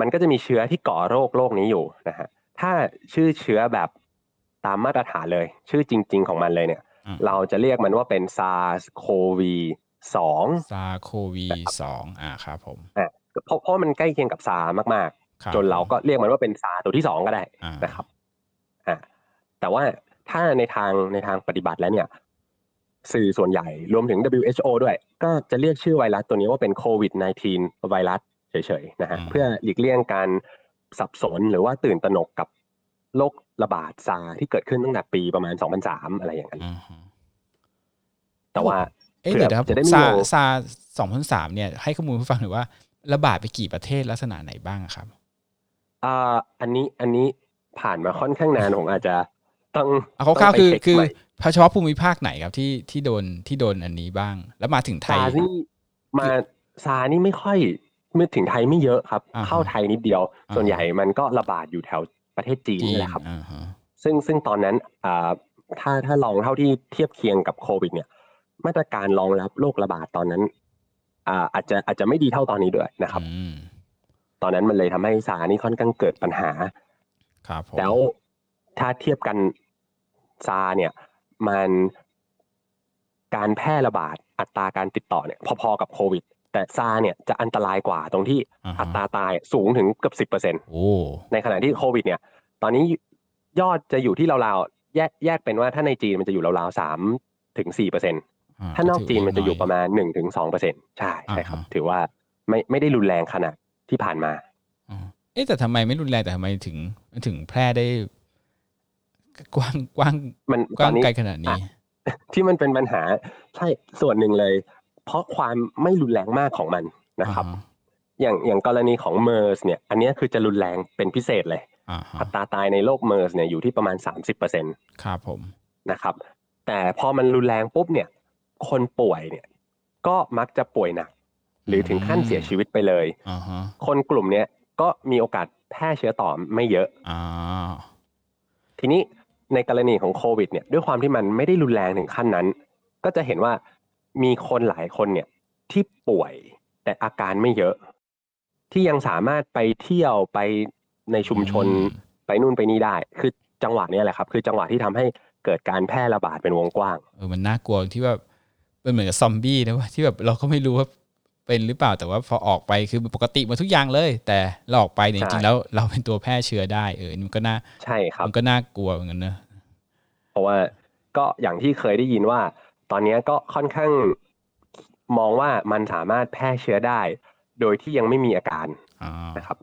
มันก็จะมีเชื้อที่ก่อโรคโรคนี้อยู่นะฮะ ถ้าชื่อเชื้อแบบตามมาตรฐานเลย ชื่อจริง ๆ ของมันเลยเนี่ย อ่ะ เราจะเรียกมันว่าเป็น SARS-CoV 2 ซาโควีสองอ่าครับผม เพราะเพราะมันใกล้เคียงกับซามาก คบ ๆ จนเราก็เรียกมันว่าเป็นซาตัวที่ 2 ก็ได้ อ่า นะครับอ่ะแต่ว่าถ้าในทางในทางปฏิบัติแล้วเนี่ย สื่อส่วนใหญ่รวมถึง WHO ด้วย ก็จะเรียกชื่อไวรัสตัวนี้ว่าเป็นโควิด -19 ไวรัสเฉยๆนะฮะเพื่อหลีกเลี่ยงการสับสนหรือว่าตื่นตระหนกกับโรคระบาดซาที่เกิดขึ้นตั้งแต่ปีประมาณ 2003 อะไรอย่างนั้น อ่าฮะ แต่ว่า เอ๊ะ เผื่อ เดี๋ยวนะครับ จะได้ไม่ ซาง ง ซาสองพันสามเนี่ย ให้ข้อมูลผู้ฟังหน่อยว่าระบาดไปกี่ประเทศลักษณะไหนบ้างอะครับ อ่าอันนี้อันนี้ผ่านมาค่อนข้างนานผมอาจจะต้อง เอาคร่าว ต้ง ๆคือ ไปเช็ คือ ใหม่ เฉพาะภูมิภาคไหนครับที่ที่โดนที่โดนอันนี้บ้าง แล้วมาถึงไท ซาย นี่มาซานี่ไม่ค่อยมือถึงไทยไม่เยอะครับ อ่าฮะ เข้าไทยนิดเดียว อ่าฮะ ส่วนใหญ่มันก็ระบาดอยู่แถวประเทศจีน จีน นี่แหละครับ อ่าฮะ ซึ่งซึ่งตอนนั้นอ่าถ้าถ้าลองเท่าที่เทียบเคียงกับโควิด เนี่ย มาตรการรองรับโรคระบาดตอนนั้นอ่าอาจจะอาจจะไม่ดีเท่าตอนนี้ด้วยนะครับ อืม ตอนนั้นมันเลยทำให้ซานี่ค่อนข้างเกิดปัญหา ครับผม แล้วถ้าเทียบกันซาเนี่ย มันการแพร่ระบาดอัตราการติดต่อเนี่ย พอๆกับโควิด แต่ซาเนี่ยจะอันตรายกว่าตรงที่ อ่าฮะ อัตราตายสูงถึงเกือบสิบเปอร์เซ็น โอ้ ในขณะที่โควิด เนี่ย ตอนนี้ยอดจะอยู่ที่ราวๆแยกแยกเป็นว่าถ้าในจีนมันจะอยู่ราวๆสามถึงสี่เปอร์เซ็นถ้านอกจีนมันจะอยู่ประมาณหนึ่งถึงสองเปอร์เซ็นใช่ใช่ครับ ถือว่าไม่ไม่ได้รุนแรงขนาดที่ผ่านมา อ่าเอ๊ะแต่ทำไมไม่รุนแรงแต่ทำไมถึงถึงแพร่ได้ กว้างกว้าง มัน ก ต ว้า อง นนี้ ไกลขนาดนี้ ที่มันเป็นปัญหาใช่ส่วนหนึ่งเลย เพราะความไม่รุนแรงมากของมันนะครับ อ่าฮะ อย่างอย่างกรณีของเมอร์สเนี่ย อันเนี้ยคือจะรุนแรงเป็นพิเศษเลย อ่าฮะ อัตราตายในโรคเมอร์สเนี่ยอยู่ที่ประมาณ 30%น ครับผม ะครับ แต่พอมันรุนแรงปุ๊บเนี่ย คนป่วยเนี่ย ก็มักจะป่วยหนัก หรือถึงขั้นเสียชีวิตไปเลย อ่าฮะ คนกลุ่มเนี้ยก็มีโอกาสแพร่เชื้อต่อไม่เยอะ อ่า ทีนี้ในกรณีของโควิดเนี่ยด้วยความที่มันไม่ได้รุนแรงถึงขั้นนั้น ก็จะเห็นว่ามีคนหลายคนเนี่ยที่ป่วยแต่อาการไม่เยอะ ที่ยังสามารถไปเที่ยวไปในชุมชน อื ไปนู่นไปนี่ได้ คือจังหวะเนี้แหละครับ คือจังหวะที่ทำให้เกิดการแพร่ระบาดเป็นวงกว้าง เออมันน่ากลัวที่แบบเป็นเหมือนกับซอมบี้นะว่าที่แบบเราก็ไม่รู้ว่าเป็นหรือเปล่าแต่ว่าพอออกไปคือปกติหมดทุกอย่างเลย แต่เราออกไปเนี่ยจ ใช่ ริงๆแล้วเราเป็นตัวแพร่เชื้อได้เออนี่มันก็น่า ใช่ครับ มันก็น่ากลัวเหมือนกันเนอะ เพราะว่าก็อย่างที่เคยได้ยินว่า ตอนเนี้ยก็ค่อนข้างมองว่ามันสามารถแพร่เชื้อได้ โดยที่ยังไม่มีอาการ อ่า นะครับ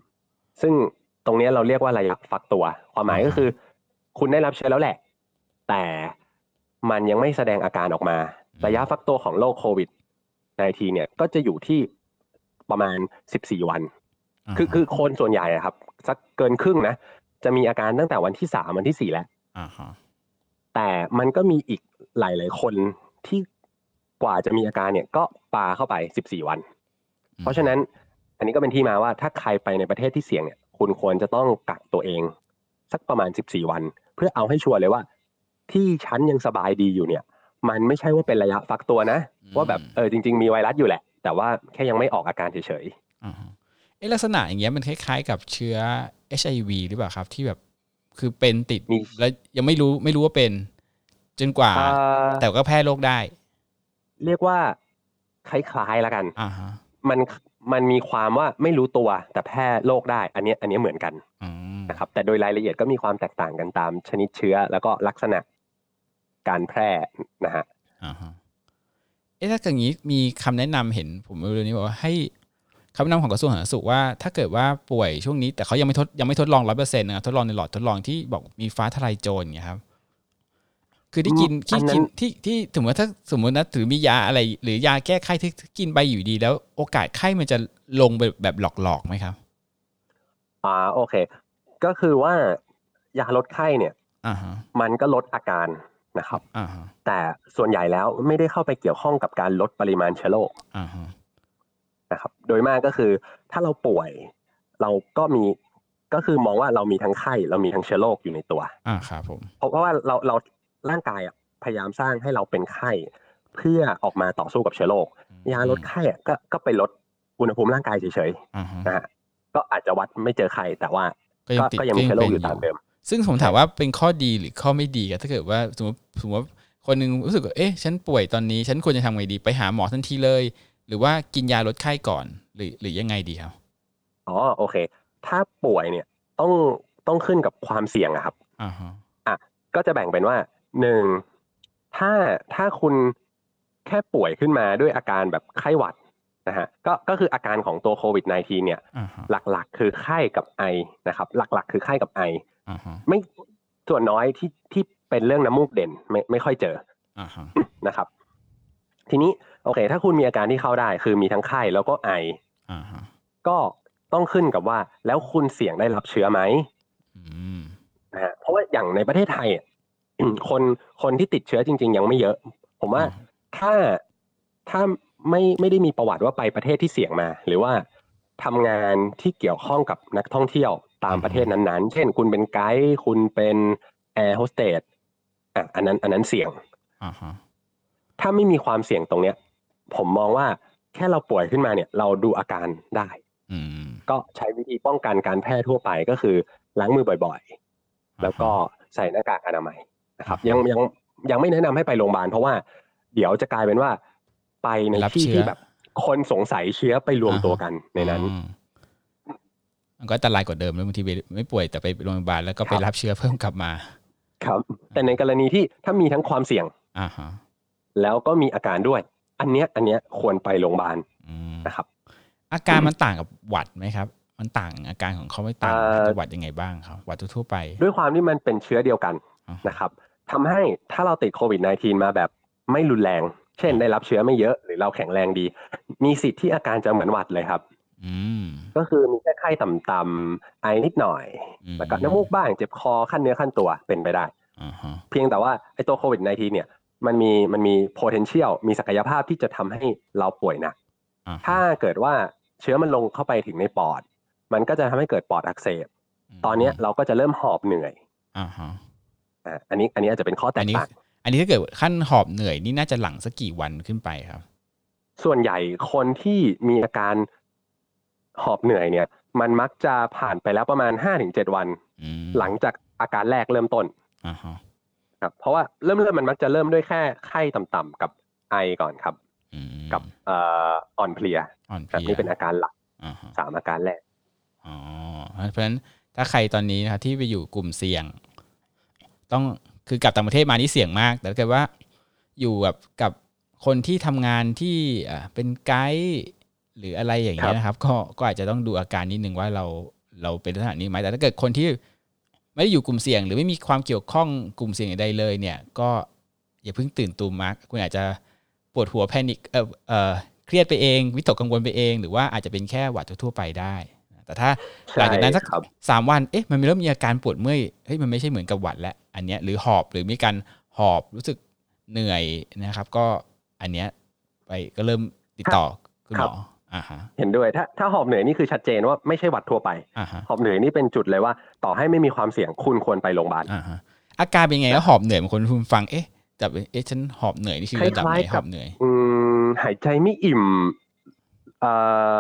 ซึ่งตรงเนี้ยเราเรียกว่าระยะฟักตัว ความหมาย อ่าฮะ ก็คือ คุณได้รับเชื้อแล้วแหละ แต่มันยังไม่แสดงอาการออกมา ระยะฟักตัวของโรคโควิดในทีเนี่ยก็จะอยู่ที่ประมาณ 14 วัน คือคือคนส่วนใหญ่อะครับ สักเกินครึ่งนะ จะมีอาการตั้งแต่วันที่ 3 วันทีสี่4 แล้ว อ่าฮะ แต่มันก็มีอีกหลาย ๆ คนที่กว่าจะมีอาการเนี่ยก็ปาเข้าไป 14 วัน เพราะฉะนั้นอันนี้ก็เป็นที่มาว่าถ้าใครไปในประเทศที่เสี่ยงเนี่ย คุณควรจะต้องกักตัวเอง สักประมาณ 14 วัน เพื่อเอาให้ชัวร์เลยว่า ที่ฉันยังสบายดีอยู่เนี่ย มันไม่ใช่ว่าเป็นระยะฟักตัวนะ ว่าแบบเออจริง ๆ มีไวรัสอยู่แหละ แต่ว่าแค่ยังไม่ออกอาการเฉย อ่าฮะเอะลักษณะอย่างเงี้ยมันคล้ายๆกับเชื้อ HIV หรือเปล่าครับ ที่แบบคือเป็นติด ๆมี แล้วยังไม่รู้ไม่รู้ว่าเป็น จนกว่า อ่า แต่ก็แพร่โรคได้ เรียกว่าคล้ายๆแล้วกัน อ่าฮะ มันมันมีความว่าไม่รู้ตัวแต่แพร่โรคได้ อันเนี้ยอันเนี้ยเหมือนกัน อืม นะครับ แต่โดยรายละเอียดก็มีความแตกต่างกันตามชนิดเชื้อ แล้วก็ลักษณะการแพร่นะฮะ อ่าฮะเอ๊ะถ้าเกิดอย่างนี้มีคำแนะนำเห็นผมเรื่องนี้บอกว่าให้คำแนะนำของกระทรวงสาธารณสุขว่า ถ้าเกิดว่าป่วยช่วงนี้ แต่เขายังไม่ทดยังไม่ทดลองร้อยเปอร์เซ็นต์นะครับทดลองในหลอดทดลองที่บอกมีฟ้าทลายโจรอย่างเงี้ยครับ คือที่กิน อั ที่ นนั้ กิน น ที่ที่สมมติถ้าสมมตินะถือมียาอะไร หรือยาแก้ไข้ที่กินไปอยู่ดี แล้วโอกาสไข้มันจะลงแบบแบบหลอกๆไหมครับ อ่าโอเค ก็คือว่ายาลดไข้เนี่ย อ่าฮะ มันก็ลดอาการนะครับ อ่าฮะ แต่ส่วนใหญ่แล้วไม่ได้เข้าไปเกี่ยวข้องกับการลดปริมาณเชื้อโรค อ่าฮะ นะครับ โดยมากก็คือถ้าเราป่วย เราก็มีก็คือมองว่าเรามีทั้งไข้ เรามีทั้งเชื้อโรคอยู่ในตัว อ่าครับผม เพราะว่าเราเราร่างกายอะพยายามสร้างให้เราเป็นไข้ เพื่อออกมาต่อสู้กับเชื้อโรคยาลดไข้อะก็ก็ไปลดอุณหภูมิร่างกายเฉย อ่าฮะ ๆนะฮะก็อาจจะวัดไม่เจอไข้แต่ว่า ก็ยัง ก็ ติด ก็ยังมีเชื้อโรคอยู่ ก็ ตางมป็น เดิม ซึ่งผมถามว่าเป็นข้อดีหรือข้อไม่ดีอะถ้าเกิดว่าสมมติสมมติว่าคนหนึ่งรู้สึกว่าเอ๊ะฉันป่วยตอนนี้ ฉันควรจะทำไงดีไปหาหมอทันทีเลย หรือว่ากินยาลดไข้ก่อน หรือหรือยังไงดีครับ อ๋อโอเค ถ้าป่วยเนี่ยต้องต้องขึ้นกับความเสี่ยงอะครับ อ่าฮะ ก็จะแบ่งเป็นว่าหนึ่งถ้าถ้าคุณแค่ป่วยขึ้นมาด้วยอาการแบบไข้หวัดนะฮะก็ก็คืออาการของตัวโควิด -19 เนี่ย อ่าฮะ หลักๆ คือไข้กับไอนะครับ หลักๆ คือไข้กับไอ อ่าฮะ ไม่ส่วนน้อยที่ที่เป็นเรื่องน้ำมูกเด่นไม่ไม่ค่อยเจอ อ่าฮะ นะครับ ทีนี้โอเค ถ้าคุณมีอาการที่เข้าได้ คือมีทั้งไข้แล้วก็ไอ อ่าฮะ ก็ต้องขึ้นกับว่า แล้วคุณเสี่ยงได้รับเชื้อไหม อืม นะฮะเพราะว่าอย่างในประเทศไทยอ่ะ คนคนที่ติดเชื้อจริง ๆ ยังไม่เยอะ ผมว่าถ้าถ้าไม่ไม่ได้มีประวัติว่าไปประเทศที่เสี่ยงมา หรือว่าทำงานที่เกี่ยวข้องกับนักท่องเที่ยวตามประเทศนั้นๆ เช่น คุณเป็นไกด์คุณเป็นแอร์โฮสเตสอ่ะอันนั้นอันนั้นเสี่ยง อ่าฮะ ถ้าไม่มีความเสี่ยงตรงเนี้ย ผมมองว่าแค่เราป่วยขึ้นมาเนี่ย เราดูอาการได้ อืม ก็ใช้วิธีป้องกันการแพร่ทั่วไปก็คือล้างมือบ่อยๆ แล้วก็ใส่หน้ากากอนามัยนะครับ ยังยังยังไม่แนะนำให้ไปโรงพยาบาลเพราะว่าเดี๋ยวจะกลายเป็นว่า ไปใน รับ ที่ เชื้อ ที่แบบ คนสงสัยเชื้อไปรวมตัวกันในนั้น อืมมันก็อันตรายกว่าเดิมแล้วบางทีไปไม่ป่วยแต่ไปโรงพยาบาลแล้วก็ไป ครับ รับเชื้อเพิ่มกลับมา ครับ แต่ในกรณีที่ถ้ามีทั้งความเสี่ยง อ่าฮะ แล้วก็มีอาการด้วย อันเนี้ยอันเนี้ยควรไปโรงพยาบาล อืม นะครับ อาการมันต่างกับหวัดไหมครับ มันต่างอาการของเขาไม่ต่าง เอ่อ กับหวัดยังไงบ้างครับ หวัดทั่วๆไป ด้วยความที่มันเป็นเชื้อเดียวกัน อ๋อ นะครับทำให้ถ้าเราติดโควิด -19 มาแบบไม่รุนแรง เช่น ได้รับเชื้อไม่เยอะหรือเราแข็งแรงดี มีสิทธิ์ที่อาการจะเหมือนหวัดเลยครับ อืม ก็คือมีแค่ไข้ต่ำๆไอนิดหน่อย อื แล้วก็น้ำมูกบ้างเจ็บคอขั้นเนื้อขั้นตัวเป็นไปได้ อ่าฮะ เพียงแต่ว่าไอ้ตัวโควิด -19 เนี่ยมันมีมันมี potential มีศักยภาพที่จะทำให้เราป่วยหนัก อ่าฮะ ถ้าเกิดว่าเชื้อมันลงเข้าไปถึงในปอด มันก็จะทำให้เกิดปอดอักเสบ ตอนเนี้ยเราก็จะเริ่มหอบเหนื่อย อ่าฮะ อ่ะอันนี้อันนี้อาจจะเป็นข้อแต อัน ก นี้ ต่าง อันนี้ถ้าเกิดขั้นหอบเหนื่อยนี่น่าจะหลังสักกี่วันขึ้นไปครับ ส่วนใหญ่คนที่มีอาการหอบเหนื่อยเนี่ย มันมักจะผ่านไปแล้วประมาณ 5-7 วัน อืม หลังจากอาการแรกเริ่มต้น อ่าฮะ ครับเพราะว่าเริ่มเริ่มมันมักจะเริ่มด้วยแค่ไข้ต่ำๆกับไอก่อนครับ อืม กับเอ่ออ่อนเพลีย อ่อนเพ ครับ ลีย นี่เป็นอาการหลัก อ่าฮะ สามอาการแรก อ๋อเพราะฉะนั้นถ้าใครตอนนี้นะครับที่ไปอยู่กลุ่มเสี่ยง ต้องคือกลับต่างประเทศมานี่เสี่ยงมาก แต่ถ้าเกิดว่าอยู่แบบกับคนที่ทำงานที่อ่าเป็นไกด์หรืออะไรอย่างเงี้ยนะครับ ก็ก็อาจจะต้องดูอาการนิดนึงว่าเราเราเป็นลักษณะนี้ไหมแต่ถ้าเกิดคนที่ไม่ได้อยู่กลุ่มเสี่ยง หรือไม่มีความเกี่ยวข้องกลุ่มเสี่ยงใดๆเลยเนี่ย ก็อย่าเพิ่งตื่นตูมมากคุณอาจจะปวดหัวแพนิคเออเออเครียดไปเองวิตกกังวลไปเอง หรือว่าอาจจะเป็นแค่หวัดทั่วๆไปได้ แต่ถ้า ใช่ หลังจากนั้นสัก ครับ สามวันเอ๊ะมันเริ่มมีอาการปวดเมื่อยเฮ้ยมันไม่ใช่เหมือนกับหวัดแล้วอันเนี้ยหรือหอบหรือมีการหอบรู้สึกเหนื่อยนะครับ ก็อันเนี้ยไปก็เริ่มติดต่อคุณหมออ่าฮะ เห็นด้วยถ้าถ้าหอบเหนื่อยนี่คือชัดเจนว่าไม่ใช่หวัดทั่วไป อ่าฮะ หอบเหนื่อยนี่เป็นจุดเลยว่า ต่อให้ไม่มีความเสี่ยงคุณควรไปโรงพยาบาล อ่าฮะอาการเป็นไงแล้วหอบเหนื่อยบางคนคุณฟังเอ๊ะจับเอ๊ะฉันหอบเหนื่อยนี่คือระดับไหน คล้ายๆ ห กั อบ บเหนื่อย อืมหายใจไม่อิ่มเอ่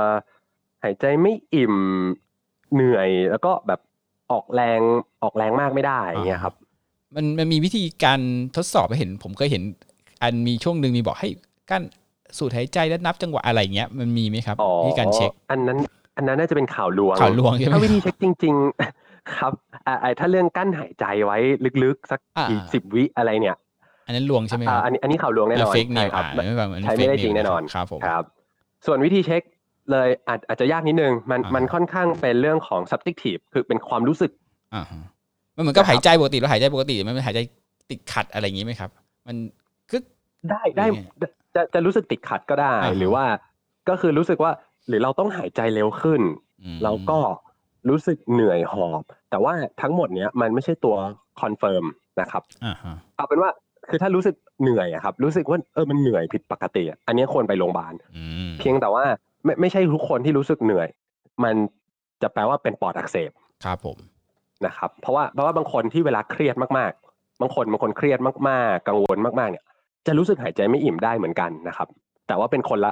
อหายใจไม่อิ่มเหนื่อย แล้วก็แบบออกแรงออกแรงมากไม่ได้อย่างเงี้ยครับ มันมันมีวิธีการทดสอบให้เห็น ผมเคยเห็น อันมีช่วงหนึ่งมีบอกให้ การสูดหายใจและนับจังหวะอะไรเงี้ยมันมีไหมครับมีการเช็ค อันนั้น อันนั้นน่าจะเป็นข่าวลวง ข่าวลวงใช่ไหม ถ้าวิธีเช็คจริง ๆ ครับอ่าอ่าถ้าเรื่องกั้นหายใจไว้ลึกๆ สัก อ่า กี่ อ่า สิบวิอะไรเนี่ย อันนั้นลวงใช่ไหมค อ่า รับ อันนี้อันนี้ข่าวลวงแน่นอน เฟกนิ ใช่ ว ครับ อ่าไม่แบบมัน ใช้ไม่ เฟก ได้ นิ จริงแน่นอน ครับผม ครับ ส่วนวิธีเช็คเลยอาจอาจจะยากนิดนึง มัน อ่ามั มันค่อนข้างเป็นเรื่องของ subjective คือเป็นความรู้สึก อ่าฮะมันเหมือนกับ นะครับ หายใจปกติเราหายใจปกติมันเป็นหายใจติดขัดอะไรอย่างนี้ไหมครับ มันคึก ได้ได้ หรือไง จะจะรู้สึกติดขัดก็ได้ อ่าฮะ หรือว่าก็คือรู้สึกว่าหรือเราต้องหายใจเร็วขึ้น อืม แล้วก็รู้สึกเหนื่อยหอบ แต่ว่าทั้งหมดเนี้ยมันไม่ใช่ตัวคอนเฟิร์มนะครับ อ่าฮะ เอาเป็นว่าคือถ้ารู้สึกเหนื่อยอะครับ รู้สึกว่าเออมันเหนื่อยผิดปกติอะอันเนี้ยควรไปโรงพยาบาล อืม เพียงแต่ว่าไม่ไม่ใช่ทุกคนที่รู้สึกเหนื่อย มันจะแปลว่าเป็นปอดอักเสบ ครับผม นะครับเพราะว่าเพราะว่าบางคนที่เวลาเครียดมากๆ บางคนบางคนเครียดมากๆ กังวลมากๆเนี่ย จะรู้สึกหายใจไม่อิ่มได้เหมือนกันนะครับ แต่ว่าเป็นคนละ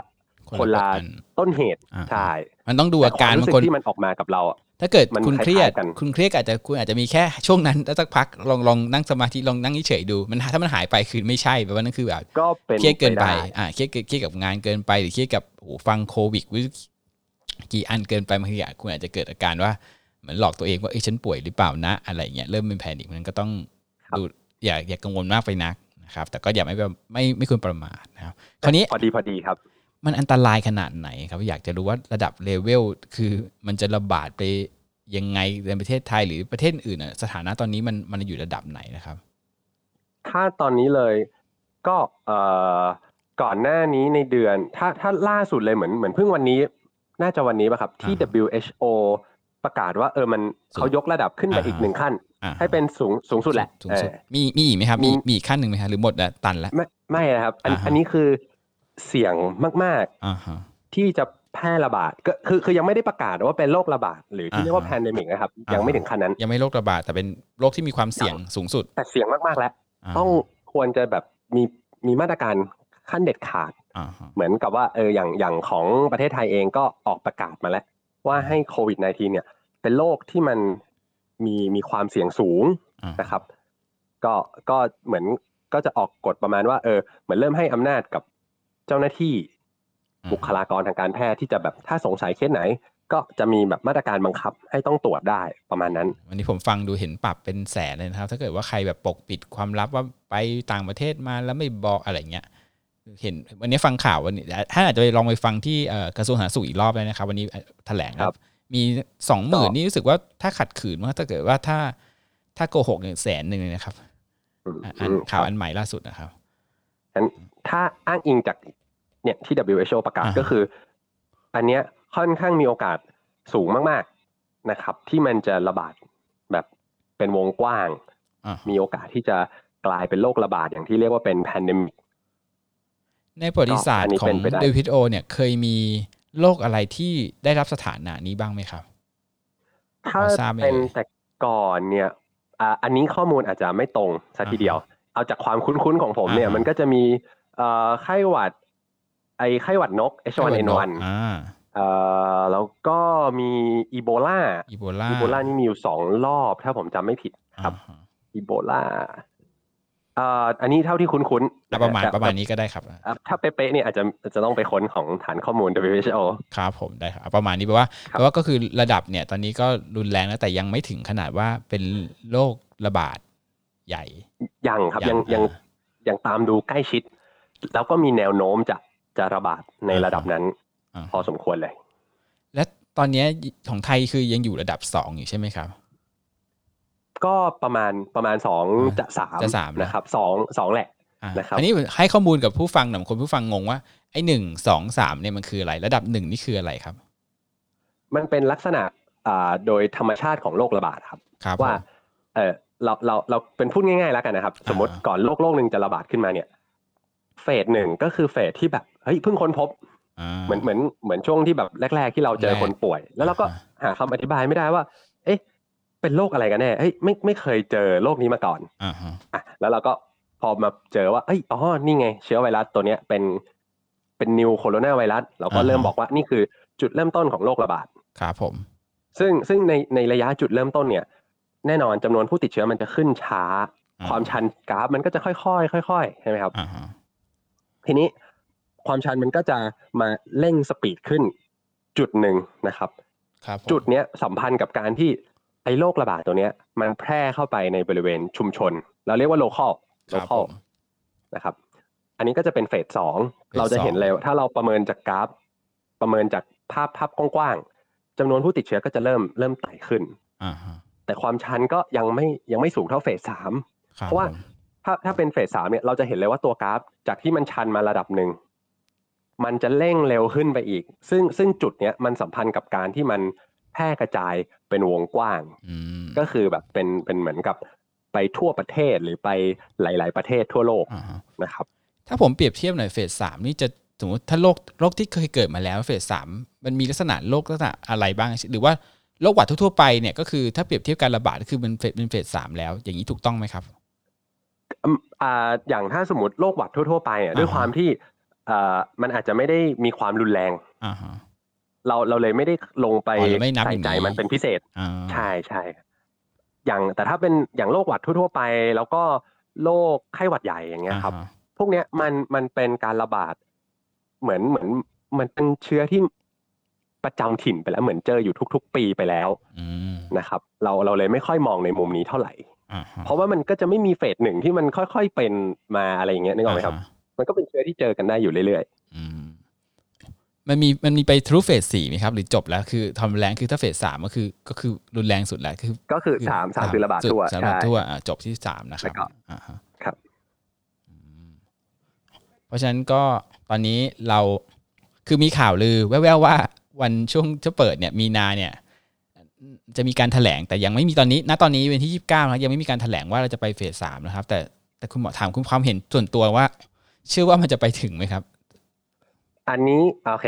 คนละ แบบกัน ต้นเหตุ อ่า ใช่ มันต้องดูอาการบางแต่ควมรู้สึ คน ที่มันออกมากับเราอะ ถ้าเกิด มัน คุณเครียด คล้ายๆกัน คุณเครียดอาจจะคุณอาจจะมีแค่ช่วงนั้นแล้วสักพักลองลองนั่งสมาธิลองนั่งเฉยๆดู มันถ้ามันหายไปคือไม่ใช่แปลว่านั่นคือแบบ ก็เป็น เครียดเกินไป ด้ อ่าเครียดเกินเครียดกับงานเกินไปหรือเครียดกับโอ้โหฟังโควิดวิกี่อันเกินไปบางทีอ่ะคุณอาจจะเกิดอาการว่าเหมือนหลอกตัวเองว่าเอ้ยฉันป่วยหรือเปล่านะอะไรเงี้ยเริ่มเป็นแพนิคมันก็ต้องดูอย่าอย่ากังวลมากไปนักนะครับ แต่ก็อย่าไม่แบบไม่ไม่ควรประมาทนะครับคราวนี้ พอดีพอดีครับ มันอันตรายขนาดไหนครับ อยากจะรู้ว่าระดับเลเวลคือมันจะระบาดไปยังไงในประเทศไทยหรือประเทศอื่นอะสถานะตอนนี้มันมันอยู่ระดับไหนนะครับ ถ้าตอนนี้เลยก็เอ่อก่อนหน้านี้ในเดือน ถ้าถ้าล่าสุดเลยเหมือนเหมือนเพิ่งวันนี้ น่าจะวันนี้ป่ะครับ ที่ อ่าฮะ WHO ประกาศว่าเออมันเขายกระดับขึ้นไป อ่าฮะ อีกหนึ่งขั้น อ่า ให้เป็นสูงสูงสุดแหละ สูงสุด เออ มีมีอีกไหมครับ มี มี มีอีกขั้นหนึ่งไหมครับหรือหมดแล้วตันแล้ว ไม่ไม่นะครับอัน อ่าฮะ อันนี้คือเสี่ยงมาก อ่าฮะ ๆ ที่จะแพร่ระบาดก็คือคือยังไม่ได้ประกาศว่าเป็นโรคระบาด หรือที่ อ่าฮะ เรียกว่าแพนเดมิกนะครับ อ่ายั ยังไม่ถึงขั้นนั้น ยังไม่โรคระบาดแต่เป็นโรคที่มีความเสี่ยงสูงสุด แต่เสี่ยงมาก ๆ แล้ว า ต้องควรจะแบบมีมีมาตรการขั้นเด็ดขาด อ่าฮะ เหมือนกับว่าเอออย่างอย่างของประเทศไทยเองก็ออกประกาศมาแล้ว ว่าให้โควิด -19 เนี่ย เป็นโรคที่มันมีมีความเสี่ยงสูง อ่า นะครับ ก็ก็เหมือนก็จะออกกฎประมาณว่า เออ เหมือนเริ่มให้อำนาจกับเจ้าหน้าที่บุคลากรทางการแพทย์ที่จะแบบถ้าสงสัยเคสไหน ก็จะมีแบบมาตรการบังคับให้ต้องตรวจได้ประมาณนั้น วันนี้ผมฟังดูเห็นปรับเป็นแสนเลยนะครับ ถ้าเกิดว่าใครแบบปกปิดความลับว่าไปต่างประเทศมาแล้วไม่บอกอะไรเงี้ย เห็นวันนี้ฟังข่าววันนี้ท่านอาจจะไปลองไปฟังที่เอ่อกระทรวงสาธารณสุขอีกรอบเลยนะครับ วันนี้แถลง ครับ มีสองหมื่น ต่อ นี่รู้สึกว่าถ้าขัดขืนว่าถ้าเกิดว่าถ้าถ้าโกหกเนี่ยแสนหนึ่งเลยนะครับ อืม อ่ะอันข่าวอันใหม่ล่าสุดนะครับ ถ้าอ้างอิงจากเนี่ยที่ WHO ประกาศ อ่า ก็คือ อันเนี้ยค่อนข้างมีโอกาสสูงมากๆนะครับ ที่มันจะระบาดแบบเป็นวงกว้าง อ่ะ มีโอกาสที่จะกลายเป็นโรคระบาดอย่างที่เรียกว่าเป็นแพนเดมิ ในประวัติศาสต อัน ร์ นี้ ขอ เป็ ง นไปได้ WHO เนี่ยเคยมีโรคอะไรที่ได้รับสถานะนี้บ้างไหมครับ ถ้า พอทราบไหม เป็น เอ่ย แต่ก่อนเนี่ยอ่าอันนี้ข้อมูลอาจจะไม่ตรงซะทีเดียว เอาจากความคุ้นๆของผมเนี่ย อ่าฮะ มันก็จะมีเอ่อไข้หวัด ไอไข้หวัดนก H1N1 อ่า เอ่อแล้วก็มีอีโบลา อีโบลา อีโบลานี่มีอยู่สองรอบ ถ้าผมจำไม่ผิดครับ อ่าฮะ อีโบลาเอ่ออันนี้เท่าที่คุ้นๆ อ่ะประมาณ แต่ ประมาณนี้ก็ได้ครับ แต่ถ้าเป๊ะๆเนี่ยอาจจะจะต้องไปค้นของฐานข้อมูล WHO ครับผมได้ครับประมาณนี้แปลว่า ครับ แปลว่าก็คือระดับเนี่ยตอนนี้ก็รุนแรงแล้วแต่ยังไม่ถึงขนาดว่าเป็นโรคระบาดใหญ่ ยังครับยัง ยั ยัง ง อ่า ยังตามดูใกล้ชิด แล้วก็มีแนวโน้มจะจะระบาดใน อ่า ระดับนั้น อ่า พอสมควรเลย และตอนเนี้ยของไทยคือยังอยู่ระดับสองอยู่ใช่ไหมครับ ก็ประมาณประมาณสอง อ่า จะสาม จะสามนะ นะครับสองสองแหละ อ่า นะครับ อันนี้ให้ข้อมูลกับผู้ฟังหน่อยคนผู้ฟังงงว่าไอ้หนึ่งสองสามเนี่ยมันคืออะไร ระดับหนึ่งนี่คืออะไรครับ มันเป็นลักษณะอ่าโดยธรรมชาติของโรคระบาดครับ ครับ ว่า ผม เออเราเราเราเป็นพูดง่ายๆแล้วกันนะครับ อ่า สมมติก่อนโรคโรคหนึ่งจะระบาดขึ้นมาเนี่ย เฟสหนึ่งก็คือเฟสที่แบบเฮ้ยเพิ่งค้นพบ อ่า เหมือนเหมือนเหมือนช่วงที่แบบแรก ๆ ที่เราเจอ แรก คนป่วย แล้วเราก็หาคำอธิบายไม่ได้ว่า เอ๊ะ เป็นโรคอะไรกันแน่เฮ้ยไม่ไม่เคยเจอโรคนี้มาก่อน อ่าฮะ อ่ะแล้วเราก็พอมาเจอว่า เอ้ย อ๋อ นี่ไง เชื้อไวรัสตัวเนี้ยเป็นเป็นนิวโคโรนาไวรัส เราก็เริ่มบอกว่านี่คือจุดเริ่มต้นของโรคระบาด ครับผม ซึ่งซึ่งในในระยะจุดเริ่มต้นเนี่ย แน่นอนจำนวนผู้ติดเชื้อมันจะขึ้นช้า อ่ ความชันกราฟมันก็จะค่อยๆค่อยๆใช่ไหมครับ อ่าฮะ ทีนี้ ความชันมันก็จะมาเร่งสปีดขึ้นจุดหนึ่งนะครับ ครับผม จุดเนี้ยสัมพันธ์กับการที่ไอ้โรคระบาดตัวเนี้ย มันแพร่เข้าไปในบริเวณชุมชน เราเรียกว่าโลคอล ค โล รับ คอ ผ ล ม นะครับ อันนี้ก็จะเป็นเฟสสอง เฟสสอง เราจะเห็นเลยว่าถ้าเราประเมินจากกราฟ ประเมินจากภาพภาพกว้างๆจำนวนผู้ติดเชื้อก็จะเริ่มเริ่มไต่ขึ้น อ่าฮะ แต่ความชันก็ยังไม่ยังไม่สูงเท่าเฟสสาม คบ เพราะว่า ผม ถ้าถ้าเป็นเฟสสามเนี่ยเราจะเห็นเลยว่าตัวกราฟ จากที่มันชันมาระดับหนึ่งมันจะเร่งเร็วขึ้นไปอีก ซึ่งซึ่งจุดเนี้ยมันสัมพันธ์กับการที่มันแพร่กระจายเป็นวงกว้าง อืม ก็คือแบบเป็นเป็นเหมือนกับไปทั่วประเทศหรือไปหลาย ๆ ประเทศทั่วโลก อ่าฮะ นะครับ ถ้าผมเปรียบเทียบหน่อยเฟสสามนี่จะสมมติถ้าโรคโรคที่เคยเกิดมาแล้วเฟสสามมันมีลักษณะโรคลักษณะอะไรบ้าง หรือว่าโรคหวัดทั่วๆไปเนี่ยก็คือถ้าเปรียบเทียบการระบาดก็คือมันเฟสเป็นเฟสสามแล้ว อย่างนี้ถูกต้องไหมครับ อืมอ่าอย่างถ้าสมมติโรคหวัดทั่ว ๆ ไปเนี่ย อ่าฮะ ด้วยความที่อ่ามันอาจจะไม่ได้มีความรุนแรง อ่าฮะ เราเราเลยไม่ได้ลงไป อ๋อเราไม่นับ ใส่ใจ อย่างนี้ มันเป็นพิเศษ อ่า ใช่ใช่อย่างแต่ถ้าเป็นอย่างโรคหวัดทั่ว ๆ ไป แล้วก็โรคไข้หวัดใหญ่อย่างเงี้ยครับ อ่าฮะ พวกเนี้ยมันมันเป็นการระบาด เหมือนเหมือนมันเป็นเชื้อที่ประจำถิ่นไปแล้วเหมือนเจออยู่ทุก ๆ ปีไปแล้ว อืม นะครับ เราเราเลยไม่ค่อยมองในมุมนี้เท่าไหร่ อ่าฮะ เพราะว่ามันก็จะไม่มีเฟสหนึ่งที่มันค่อยๆเป็นมาอะไรอย่างเงี้ยนึกออกไหมครับ าฮะ มันก็เป็นเชื้อที่เจอกันได้อยู่เรื่อย อืมมันมีมันมีไปทรูเฟสสี่ไหมครับ หรือจบแล้วคือทำแรงคือถ้าเฟสสามก็คือก็คือรุนแรงสุดแล้วคือ ๆ ก็คือสามสามคือระบาดทั่ว สาม ใช่ ระบาดทั่วอ่ะจบที่สามนะครับ แล้วก็ อ่าฮะ ครับ อืมเพราะฉะนั้นก็ตอนนี้เราคือมีข่าวลือ แว่วๆว่าวันช่วงจะเปิดเนี่ย มีนาเนี่ย จะมีการแถลงแต่ยังไม่มีตอนนี้ ณตอนนี้เป็นที่ยี่สิบเก้านะครับยังไม่มีการแถลงว่าเราจะไปเฟสสามนะครับ แต่แต่คุณหมอถามคุณความเห็นส่วนตัวว่า เชื่อว่ามันจะไปถึงไหมครับ อันนี้โอเค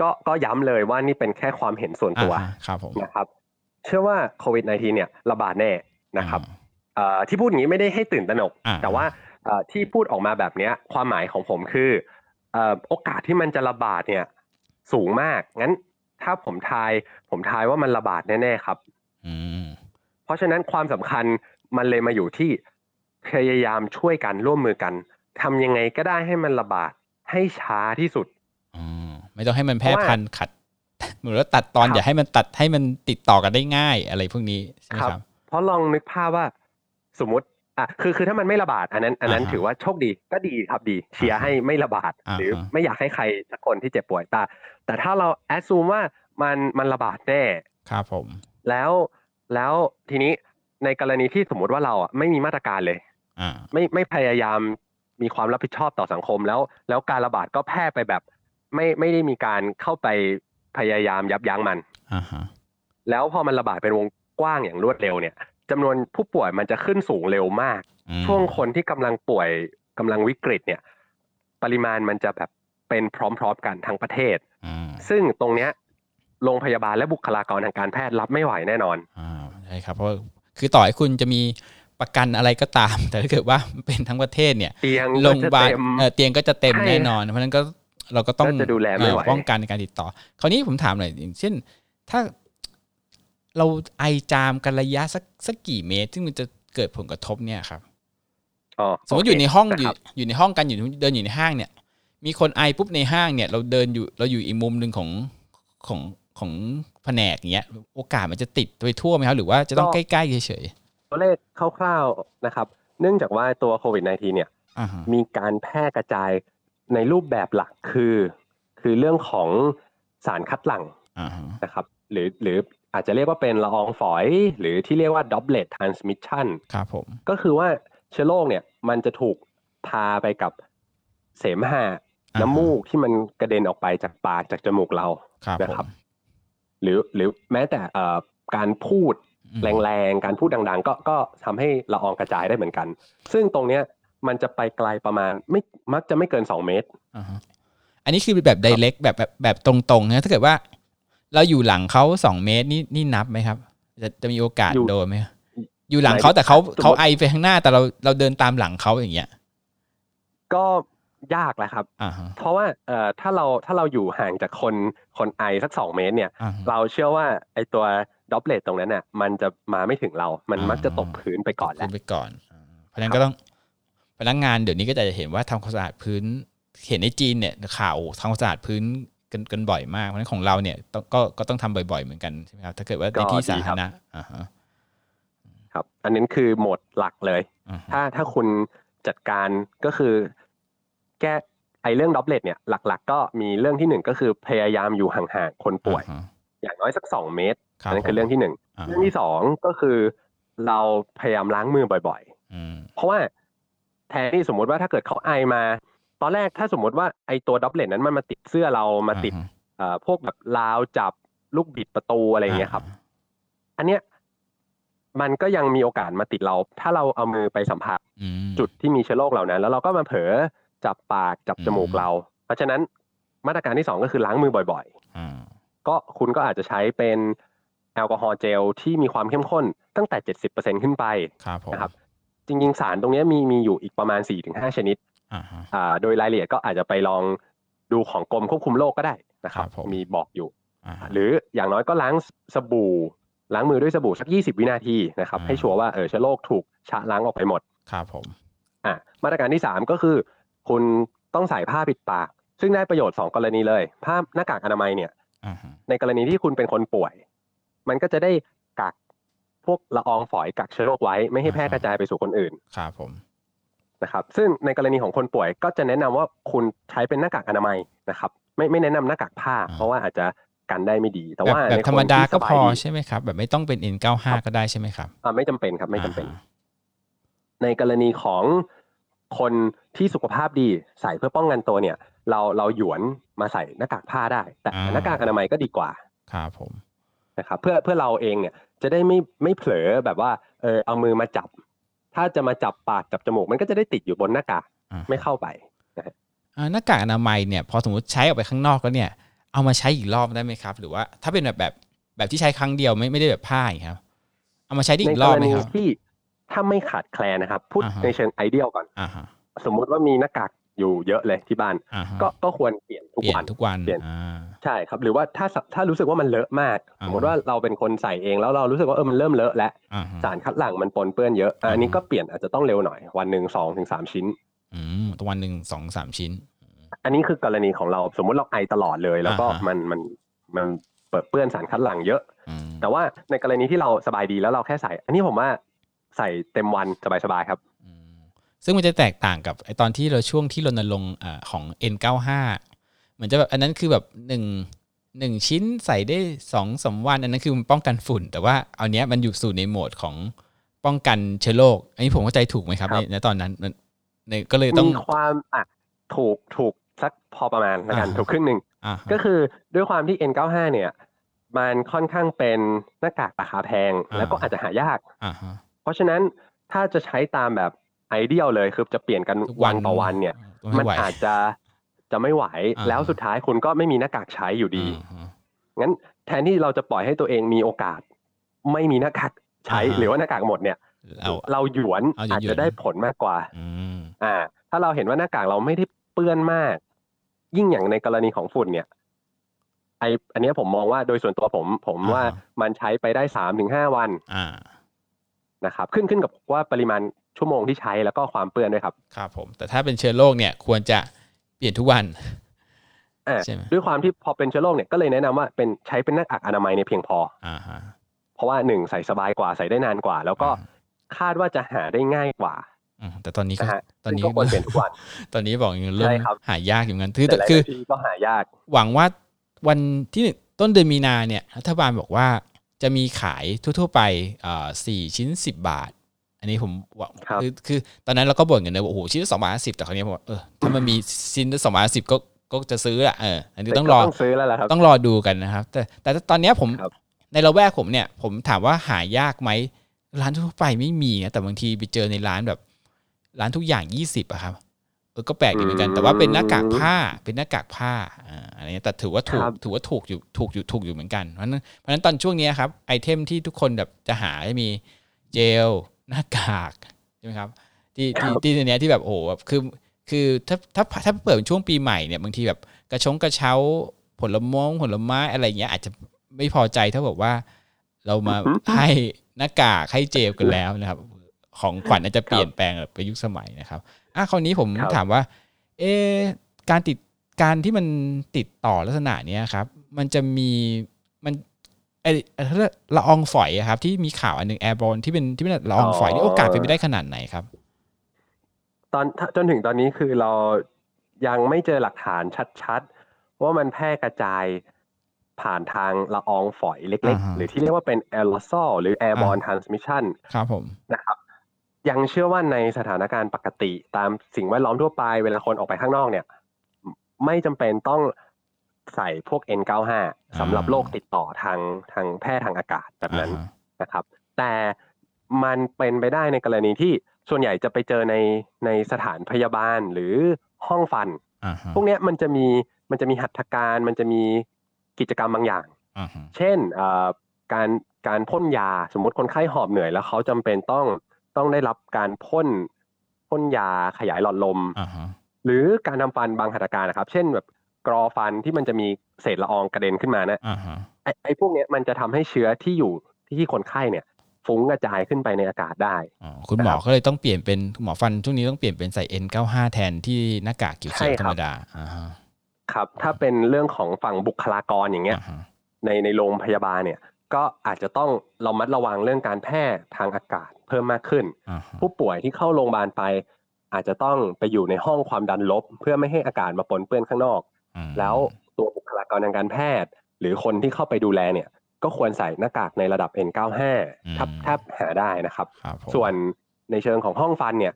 ก็ก็ย้ำเลยว่านี่เป็นแค่ความเห็นส่วนตัว อ่าฮะครับผม นะครับเชื่อว่าโควิด -19 เนี่ยระบาดแน่นะครับเอ่อที่พูดอย่างนี้ไม่ได้ให้ตื่นตระหนก อ่ แต่ว่าเอ่อที่พูดออกมาแบบเนี้ยความหมายของผมคือเอ่อโอกาสที่มันจะระบาดเนี่ยสูงมาก งั้นถ้าผมทายผมทายว่ามันระบาดแน่ๆครับ อืม เพราะฉะนั้นความสำคัญมันเลยมาอยู่ที่พยายามช่วยกันร่วมมือกันทำยังไงก็ได้ให้มันระบาดให้ช้าที่สุด อ๋อไม่ต้องให้มันแพร่ เพราะว่า พันธุ์ขัด เหมือนว่าตัดตอน ครับ อย่าให้มันตัดให้มันติดต่อกันได้ง่ายอะไรพวกนี้ใช่ไหมครับ เพราะลองนึกภาพว่าสมมติอ่ะคือคือถ้ามันไม่ระบาด อันนั้น อันนั้น อ่าฮะ ถือว่าโชคดีก็ดีครับดี เชีย อ่าฮะร์ให้ไม่ระบาด อ่าฮะ หรือไม่อยากให้ใครสักคนที่เจ็บป่วยแต่แต่ถ้าเราแอดซูมว่ามันมันระบาดแน่ ครับผม แล้วแล้วทีนี้ในกรณีที่สมมติว่าเราอ่ะไม่มีมาตรการเลย อ่า ไม่ไม่พยายามมีความรับผิดชอบต่อสังคมแล้ว แล้วการระบาดก็แพร่ไปแบบ ไม่ไม่ได้มีการเข้าไปพยายามยับยั้งมัน อ่าฮะ แล้วพอมันระบาดเป็นวงกว้างอย่างรวดเร็วเนี่ยจำนวนผู้ป่วยมันจะขึ้นสูงเร็วมาก อืม ช่วงคนที่กำลังป่วยกำลังวิกฤตเนี่ย ปริมาณมันจะแบบเป็นพร้อมๆกันทั้งประเทศ อ่า ซึ่งตรงเนี้ยโรงพยาบาลและบุคลากรทางการแพทย์รับไม่ไหวแน่นอน อ่าใช่ครับเพราะคือต่อให้คุณจะมีประกันอะไรก็ตาม แต่ถ้าเกิดว่ามันเป็นทั้งประเทศเนี่ย เตียง โร ก็ งพ จะ ยาบาล เต็ม เอ่อเตียงก็จะเต็ม ใช่ แน่นอน เพราะฉะนั้นก็เราก็ต้อง ก็จะดูแลไม่ไหว เอ่อป้องกันในการติดต่อ คราวนี้ผมถามหน่อยอย่างเช่น ถ้าเราไอจามกันระยะสักสักกี่เมตร ซึ่งมันจะเกิดผลกระทบเนี่ยครับ อ๋อ สมมติอ โเค ยู่ในห้อง ะ อ ค ยู่ รับ อยู่ในห้องกันอยู่เดินอยู่ในห้างเนี่ย มีคนไอปุ๊บในห้างเนี่ย เราเดินอยู่เราอยู่อีกมุมหนึ่งของของของแผนกอย่างเงี้ย โอกาสมันจะติดไปทั่วไหมครับ หรือว่าจะต้องใกล้ๆเฉย ตัวเลขคร่าวๆนะครับ เนื่องจากว่าตัวโควิด -19 เนี่ย ๆอ่าฮะ มีการแพร่กระจายในรูปแบบหลักคือ คือเรื่องของสารคัดหลั่ง อ่าฮะ นะครับหรือหรืออาจจะเรียกว่าเป็นละอองฝอย หรือที่เรียกว่า doublet transmission ครับผม ก็คือว่าเชื้อโรคเนี่ยมันจะถูกพาไปกับเสมหะ อ่าฮะ น้ำมูกที่มันกระเด็นออกไปจากปากจากจมูกเรา ครับ นะ ผ ครับ ม หรือหรือแม้แต่เอ่อการพูด อืม แรงๆ การพูดดังๆ ก็ก็ทำให้ละอองกระจายได้เหมือนกัน ซึ่งตรงเนี้ยมันจะไปไกลประมาณไม่มักจะไม่เกิน 2 เมตร อ่าฮะอันนี้คือแบบ direct แบบแบบแบบตรงๆนะถ้าเกิดว่า เราอยู่หลังเขาสองเมตรนี่นี่นับไหมครับ จะจะมีโอกาส อยู่ โดนไหมอยู่หลังเขาแต่เขา สมมุติ เขาไอไปข้างหน้าแต่เราเราเดินตามหลังเขาอย่างเงี้ย ก็ยากแหละครับ อ่าฮะ เพราะว่าเอ่อถ้าเราถ้าเราอยู่ห่างจากคนคนไอสัก 2 เมตรเนี่ย อ่าฮะ เราเชื่อว่าไอตัวด็อบเลตตรงนั้นน่ะมันจะมาไม่ถึงเรา มัน อ่ามั มักจะตกพื้นไปก่อนแห พื้ ละ นไปก่อนอ่าเพราะฉะนั้ ครั น บ ก็ต้องพนักงานเดี๋ยวนี้ก็จะเห็นว่าทำความสะอาดพื้น เห็นในจีนเนี่ยข่าวทางสะอาดพื้นกันกันบ่อยมาก เพราะฉะนั้นของเราเนี่ยต้องก็ก็ต้องทำบ่อยๆเหมือนกันใช่ไหมครับถ้าเกิดว่าในที่สาธารณะอ่าฮะ ครับ อันนั้นคือโหมดหลักเลย อ่าฮะ ถ้าถ้าคุณจัดการก็คือ แก้ไอเรื่องด็อบเลตเนี่ยหลักๆ ก็มีเรื่องที่หนึ่งก็คือพยายามอยู่ห่างๆคนป่วย อ่าฮะ อย่างน้อยสักสองเมตร ครัอับ นนั้นคือเรื่องที่หนึ่ง อ่า เรื่องที่สองก็คือเราพยายามล้างมือบ่อย ๆ อืม เพราะว่าแทนที่สมมุติว่าถ้าเกิดเขาไอมา ตอนแรกถ้าสมมุติว่าไอตัวด็อบเลตนั้นมันมาติดเสื้อเรามาติด อ่ฮะ เอ่อพวกแบบราวจับลูกบิดประตูอะไรอย่างเงี้ยครับ อันเนี้ยมันก็ยังมีโอกาสมาติดเรา ถ้าเราเอามือไปสัมผัส อืม จุดที่มีเชื้อโรคเหล่านั้น แล้วเราก็มาเผลอจับปากจับจมูก อืม เรา เพราะฉะนั้นมาตรการที่สองก็คือล้างมือบ่อย ๆ อ่า ก็คุณก็อาจจะใช้เป็นแอลกอฮอล์เจลที่มีความเข้มข้นตั้งแต่ 70%ขึ้นไป ครับผม นะครับ จริงๆสารตรงเนี้ยมีมีอยู่อีกประมาณ 4-5 ชนิด อ่าฮะ อ่าโดยรายละเอียดก็อาจจะไปลองดูของกรมควบคุมโรคก็ได้นะครับ ครับผม มีบอกอยู่ อ่าฮะ หรืออย่างน้อยก็ล้างสบู่ ล้างมือด้วยสบู่สัก 20 วินาทีนะครับ อ่า ให้ชัวร์ว่าเออเชื้อโรคถูกชะล้างออกไปหมด ครับผม อ่ะมาตรการที่ 3 ก็คือ คุณต้องใส่ผ้าปิดปาก ซึ่งได้ประโยชน์ 2 กรณีเลยผ้าหน้ากากอนามัยเนี่ย อ่าฮะ ในกรณีที่คุณเป็นคนป่วย มันก็จะได้กักพวกละอองฝอยกักเชื้อโรคไว้ไม่ให้แพร่กระจายไปสู่คนอื่น ครับผม นะครับซึ่งในกรณีของคนป่วยก็จะแนะนำว่าคุณใช้เป็นหน้ากากอนามัยนะครับไม่ไม่แนะนำหน้ากากผ้า อ่า เพราะว่าอาจจะกันได้ไม่ดี แต่ แบบ ว่า แบบ ในคน ธรรมดา ที่ส ก็ บ พอย ดี ใช่ไหมครับ แบบไม่ต้องเป็น N95 ก็ได้ใช่ไหมครับ อ่าไม่จำเป็นครับไม่จำเป็น อ่าฮะ ในกรณีของคนที่สุขภาพดีใส่เพื่อป้องกันตัวเนี่ย เราเราหยวนมาใส่หน้ากากผ้าได้ แต่หน้ากากอนามัยก็ดีกว่า ครับผม นะครับเพื่อเพื่อเราเองเนี่ยจะได้ไม่ไม่เผลอแบบว่าเออเอามือมาจับ ถ้าจะมาจับปากจับจมูก มันก็จะได้ติดอยู่บนหน้ากาก อ่า ไม่เข้าไป อ่าหน้ากากอนามัยเนี่ยพอสมมติใช้ออกไปข้างนอกแล้วเนี่ย เอามาใช้อีกรอบได้ไหมครับ หรือว่าถ้าเป็นแบบแบบแบบที่ใช้ครั้งเดียวไม่ไม่ได้แบบผ้าอย่างเงี้ยครับเอามาใช้ได้ ใน อีก ก รอบ ร ไหม ณี ครับ ที่ถ้าไม่ขาดแคลนนะครับ พูด อ่าฮะ ในเชิงไอเดียลก่อน อ่าฮะ สมมุติว่ามีหน้ากากอยู่เยอะเลยที่บ้าน อ่าฮะ ก็ก็ควรเปลี่ยนทุก เปลี่ย วัน นทุกวัน เปลี่ยน อ่า ใช่ครับ หรือว่าถ้าสถ้ารู้สึกว่ามันเลอะมาก อ่า สมมติว่าเราเป็นคนใส่เองแล้วเรารู้สึกว่าเออมันเริ่มเลอะแล้ว อ่าฮะ สารคัดหลั่งมันปนเปื้อนเยอะอะอันนี้ อ่าฮะ ก็เปลี่ยนอาจจะต้องเร็วหน่อยวันหนึ่งสองถึงสามชิ้น อืมตัววันหนึ่งสองสามชิ้น อันนี้คือกรณีของเราสมมุติเราไอตลอดเลย แล้วก็ อ่าฮะ มันมันมันเปิดเปื้อนสารคัดหลั่งเยอะ อืม แต่ว่าในกรณีที่เราสบายดีแล้วเราแค่ใส่ อันนี้ผมว่าใส่เต็มวันสบายๆครับ อืมซึ่งมันจะแตกต่างกับไอตอนที่เราช่วงที่รณรงค์อ่าของ N95 เหมือนจะแบบอันนั้นคือแบบหนึ่งหนึ่งชิ้นใส่ได้สองสามวัน อันนั้นคือมันป้องกันฝุ่น แต่ว่าเอาเนี้ยมันอยู่สู่ในโหมดของป้องกันเชื้อโรคอันนี้ผมเข้าใจถูกไหมครับ ค ใน รับ ในตอนนั้นมันในก็เลยต้อง มีความอ่ะถูกถูกสักพอประมาณละกัน อ่า ถูกครึ่งหนึ่ง อ่าฮะ ก็คือด้วยความที่ N95 เนี่ยมันค่อนข้างเป็นหน้ากากราคาแพง อ่า แล้วก็อาจจะหายาก อ่าฮะ เพราะฉะนั้นถ้าจะใช้ตามแบบไอเดียลเลยคือจะเปลี่ยนกัน ทุก วันต่อวันเนี่ย ต้องให้ มัน ไหว อาจจะจะไม่ไหว อ่า แล้วสุดท้ายคุณก็ไม่มีหน้ากากใช้อยู่ดี อ่าฮะ งั้นแทนที่เราจะปล่อยให้ตัวเองมีโอกาส ไม่มีหน้ากากใช้ อ่าฮะ หรือว่าหน้ากากหมดเนี่ย เรา เราหยวน เอาหยวน อาจจะได้ผลมากกว่า อืม อ่าถ้าเราเห็นว่าหน้ากากเราไม่ได้เปื้อนมาก ยิ่งอย่างในกรณีของฝุ่นเนี่ยไออันเนี้ยผมมองว่าโดยส่วนตัวผมผมว่ามันใช้ไปได้สามถึงห้าวัน อ่า นะครับ ขึ้นขึ้นกับว่าปริมาณชั่วโมงที่ใช้แล้วก็ความเปื้อนด้วยครับ ครับผม แต่ถ้าเป็นเชื้อโรคเนี่ยควรจะเปลี่ยนทุกวัน อ่า ใช่ไหม ด้วยความที่พอเป็นเชื้อโรคเนี่ยก็เลยแนะนำว่าเป็นใช้เป็นหน้ากากอนามัยเนี่ยเพียงพอ อ่าฮะ เพราะว่าหนึ่งใส่สบายกว่าใส่ได้นานกว่า แล้วก็ อ่า คาดว่าจะหาได้ง่ายกว่า อืมแต่ตอนนี้ก็ นะฮะ ตอนนี้ ซึ่งก็ควรเปลี่ยนทุกวัน ตอนนี้บอกอย่างเริ่ ใช่ ม ครับ หายากอย่างนั้นคือ แต่หลาย คือ ๆที่ก็หายาก หวังว่าวันที่หนึ่งต้นเดือนมีนาเนี่ยรัฐบาลบอกว่าจะมีขายทั่ว ๆ ไปสี่ชิ้น 10 บาท อันนี้ผมหวัง ครับ คือคือตอนนั้นเราก็บ่นกันเลยว่าโอ้โหชิ้นละสองบาทสิบแต่คราวนี้ผมว่าเออถ้ามันมีชิ้นละสองบาทสิบก็ก็จะซื้ออะเอออันนี้ต้องรอ แก็ต้องซื้อแล้วล่ะครับ ต้องรอดูกันนะครับ แต่แต่ตอนเนี้ยผม ครับ ในละแวกผมเนี่ย ผมถามว่าหายากไหมร้านทั่วไปไม่มีนะแต่บางทีไปเจอในร้านแบบ ร้านทุกอย่างยี่สิบอะครับเออก็แปลกอยู่เหมือนกัน อืม แต่ว่าเป็นหน้ากากผ้าเป็นหน้ากากผ้าอ่าอะไรเงี้ยแต่ถือว่าถูก ครับ ถือว่าถูกอยู่ถูกอยู่ถูกอยู่เหมือนกันเพราะฉะนั้นเพราะฉะนั้นตอนช่วงเนี้ยครับไอเทมที่ทุกคนแบบจะหาจะมีเจลหน้ากากใช่ไหมครับที่ที่ที่ในเนี้ยที่แบบโอ้โหแบบคือ คือถ้าถ้าถ้าเปิดเป็นช่วงปีใหม่เนี่ยบางทีแบบกระชงกระเช้าผลมงผลไม้อะไรเงี้ยอาจจะไม่พอใจเท่าแบบว่า เรามา อือหือ ให้หน้ากากให้เจลกันแล้วนะครับ ของขวัญอาจจะเปลี่ยนแปลงไปยุคสมัยนะครับอ่ะคราวนี้ผม ครับ ถามว่า เอะ การติดการที่มันติดต่อลักษณะเนี้ยครับ มันจะมีมันไอเขาเรียกละอองฝอยอะครับ ที่มีข่าวอันหนึ่งแอร์บอลที่เป็นที่เป็นละอองฝอยนี่โอกาสเป็นไปได้ขนาดไหนครับ ตอนถ้าจนถึงตอนนี้คือเรายังไม่เจอหลักฐานชัดๆ ว่ามันแพร่กระจายผ่านทางละอองฝอยเล็ก อ่า ๆ ฮะ หรือที่เรียกว่าเป็น aerosol หรือ airborne อ่า transmission ครับผม นะครับ ยังเชื่อว่าในสถานการณ์ปกติตามสิ่งแวดล้อมทั่วไปเวลาคนออกไปข้างนอกเนี่ย ไม่จำเป็นต้องใส่พวก N95 สำหรับโรคติดต่อทางทางแพร่ทางอากาศแบบนั้น อ่าฮะ นะครับแต่มันเป็นไปได้ในกรณีที่ส่วนใหญ่จะไปเจอในในสถานพยาบาลหรือห้องฟัน อ่าฮะ พวกเนี้ยมันจะมีมันจะมีหัตถการมันจะมีกิจกรรมบางอย่าง อ่าฮะ เช่นเอ่อการการพ่นยาสมมติคนไข้หอบเหนื่อยแล้วเขาจำเป็นต้องต้องได้รับการพ่นพ่นยาขยายหลอดลม อ่าฮะ หรือการทำฟันบางหัตถการนะครับ เช่นแบบกรอฟันที่มันจะมีเศษละอองกระเด็นขึ้นมานะ อ่าฮะ ไอ้ไอ้พวกเนี้ยมันจะทำให้เชื้อที่อยู่ที่คนไข้เนี่ย ฟุ้งกระจายขึ้นไปในอากาศได้ อ๋อคุณหมอ นะครับ ก็เลยต้องเปลี่ยนเป็นหมอฟันช่วงนี้ต้องเปลี่ยนเป็นใส่ N95 แทนที่หน้ากากเขียว ใช่ ๆธร ครั รม บ ดาอ่าฮะ ครับ ถ้าเป็นเรื่องของฝั่งบุคลากรอย่างเงี้ย อ่าฮะ ในในโรงพยาบาลเนี่ย ก็อาจจะต้องเรามัดระวังเรื่องการแพร่ทางอากาศเพิ่มมากขึ้น อ่าฮะ ผู้ป่วยที่เข้าโรงพยาบาลไป อาจจะต้องไปอยู่ในห้องความดันลบ เพื่อไม่ให้อากาศมาปนเปื้อนข้างนอก อืม แล้วตัวบุคลากรทางการแพทย์ หรือคนที่เข้าไปดูแลเนี่ย ก็ควรใส่หน้ากากในระดับ N95 ถ้าถ้าหาได้นะครับ ครับผม ส่วนในเชิงของห้องฟันเนี่ย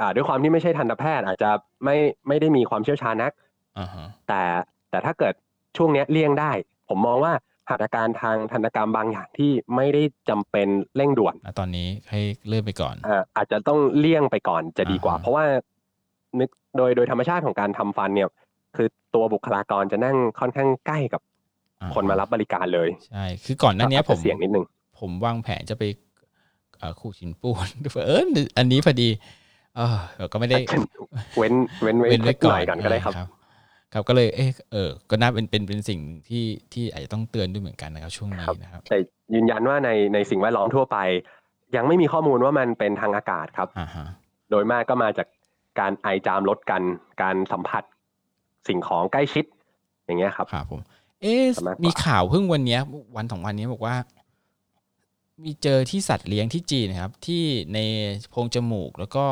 อ่าด้วยความที่ไม่ใช่ทันตแพทย์ อาจจะไม่ไม่ได้มีความเชี่ยวชาญนัก อ่าฮะ แต่แต่ถ้าเกิดช่วงเนี้ยเลี่ยงได้ ผมมองว่าหัตถการทางทันตกรรมบางอย่างที่ไม่ได้จำเป็นเร่งด่วน ณตอนนี้ให้เลื่อนไปก่อน อ่าอาจจะต้องเลี่ยงไปก่อนจะดีกว่า อ่าฮะ เพราะว่านึกโดยโดยธรรมชาติของการทำฟันเนี่ย คือตัวบุคลากรจะนั่งค่อนข้างใกล้กับ อ่ฮะ คนมารับบริการเลย ใช่ คือก่อนหน้าเนี้ย ก็ ผ อาจ ม จะเสี่ยงนิดนึง ผมวางแผนจะไปเอ่อคู่ชินปูน เอออันนี้พอดีเออเราก็ไม่ได้ เว้นเว้นเว้น เว้นไว้ ห ก่อ น่อนยก่อนก็ได้ครับ อ่าครับก็เลยเอะเออก็น่าเป็นเป็นเป็นสิ่งที่ที่อาจจะต้องเตือนด้วยเหมือนกันนะครับ ช่วงนี้นะครับ แต่ยืนยันว่าในในสิ่งแวดล้อมทั่วไป ยังไม่มีข้อมูลว่ามันเป็นทางอากาศครับ อ่าฮะ โดยมากก็มาจากการไอจามลดกัน การสัมผัสสิ่งของใกล้ชิด อย่างเงี้ยครับ ครับผม เอ๊ะ ประมาณกว่ามี มีข่าวเพิ่งวันเนี้ย วันสองวันเนี้ยบอกว่า มีเจอที่สัตว์เลี้ยงที่จีนนะครับ ที่ในโพรงจมูกแล้วก็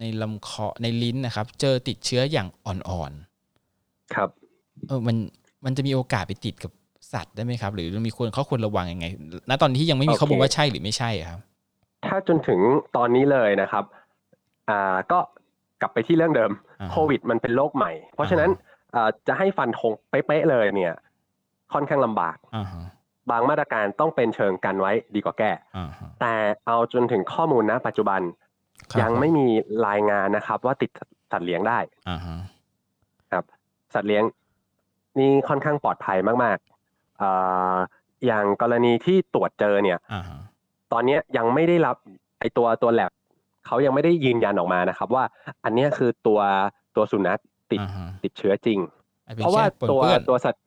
ในลำคอในลิ้นนะครับ เจอติดเชื้ออย่างอ่อนๆ ครับ เออมัน มันจะมีโอกาสไปติดกับสัตว์ได้ไหมครับ หรือมีควรเขาควรระวังยังไง ณ ตอนที่ยังไม่มี โอเค ข้อมูลว่าใช่หรือไม่ใช่อะครับ ถ้าจนถึงตอนนี้เลยนะครับอ่าก็กลับไปที่เรื่องเดิม อ่าฮะ โควิดมันเป็นโรคใหม่ เพราะฉะนั้นอ่าจะให้ฟันธงเป๊ะๆเลยเนี่ย ค่อนข้างลำบาก อ่าฮะ บางมาตรการต้องเป็นเชิงกันไว้ดีกว่าแก้ อ่าฮะ แต่เอาจนถึงข้อมูลนะปัจจุบัน ครับ ยังไม่มีรายงานนะครับ ว่าติดสัตว์เลี้ยงได้ อ่าฮะ ครับ สัตว์เลี้ยงนี่ค่อนข้างปลอดภัยมากๆเอ่ออย่างกรณีที่ตรวจเจอเนี่ย อ่าฮะ ตอนเนี้ยยังไม่ได้รับไอตัวตัวแลบเขายังไม่ได้ยืนยันออกมานะครับ ว่าอันเนี้ยคือตัวตัวสุนัขติด อ่าฮะ ติดเชื้อจริง อาจป็น เพราะว่า แค่ปน ตัว เปื้อน ตัวสัตว์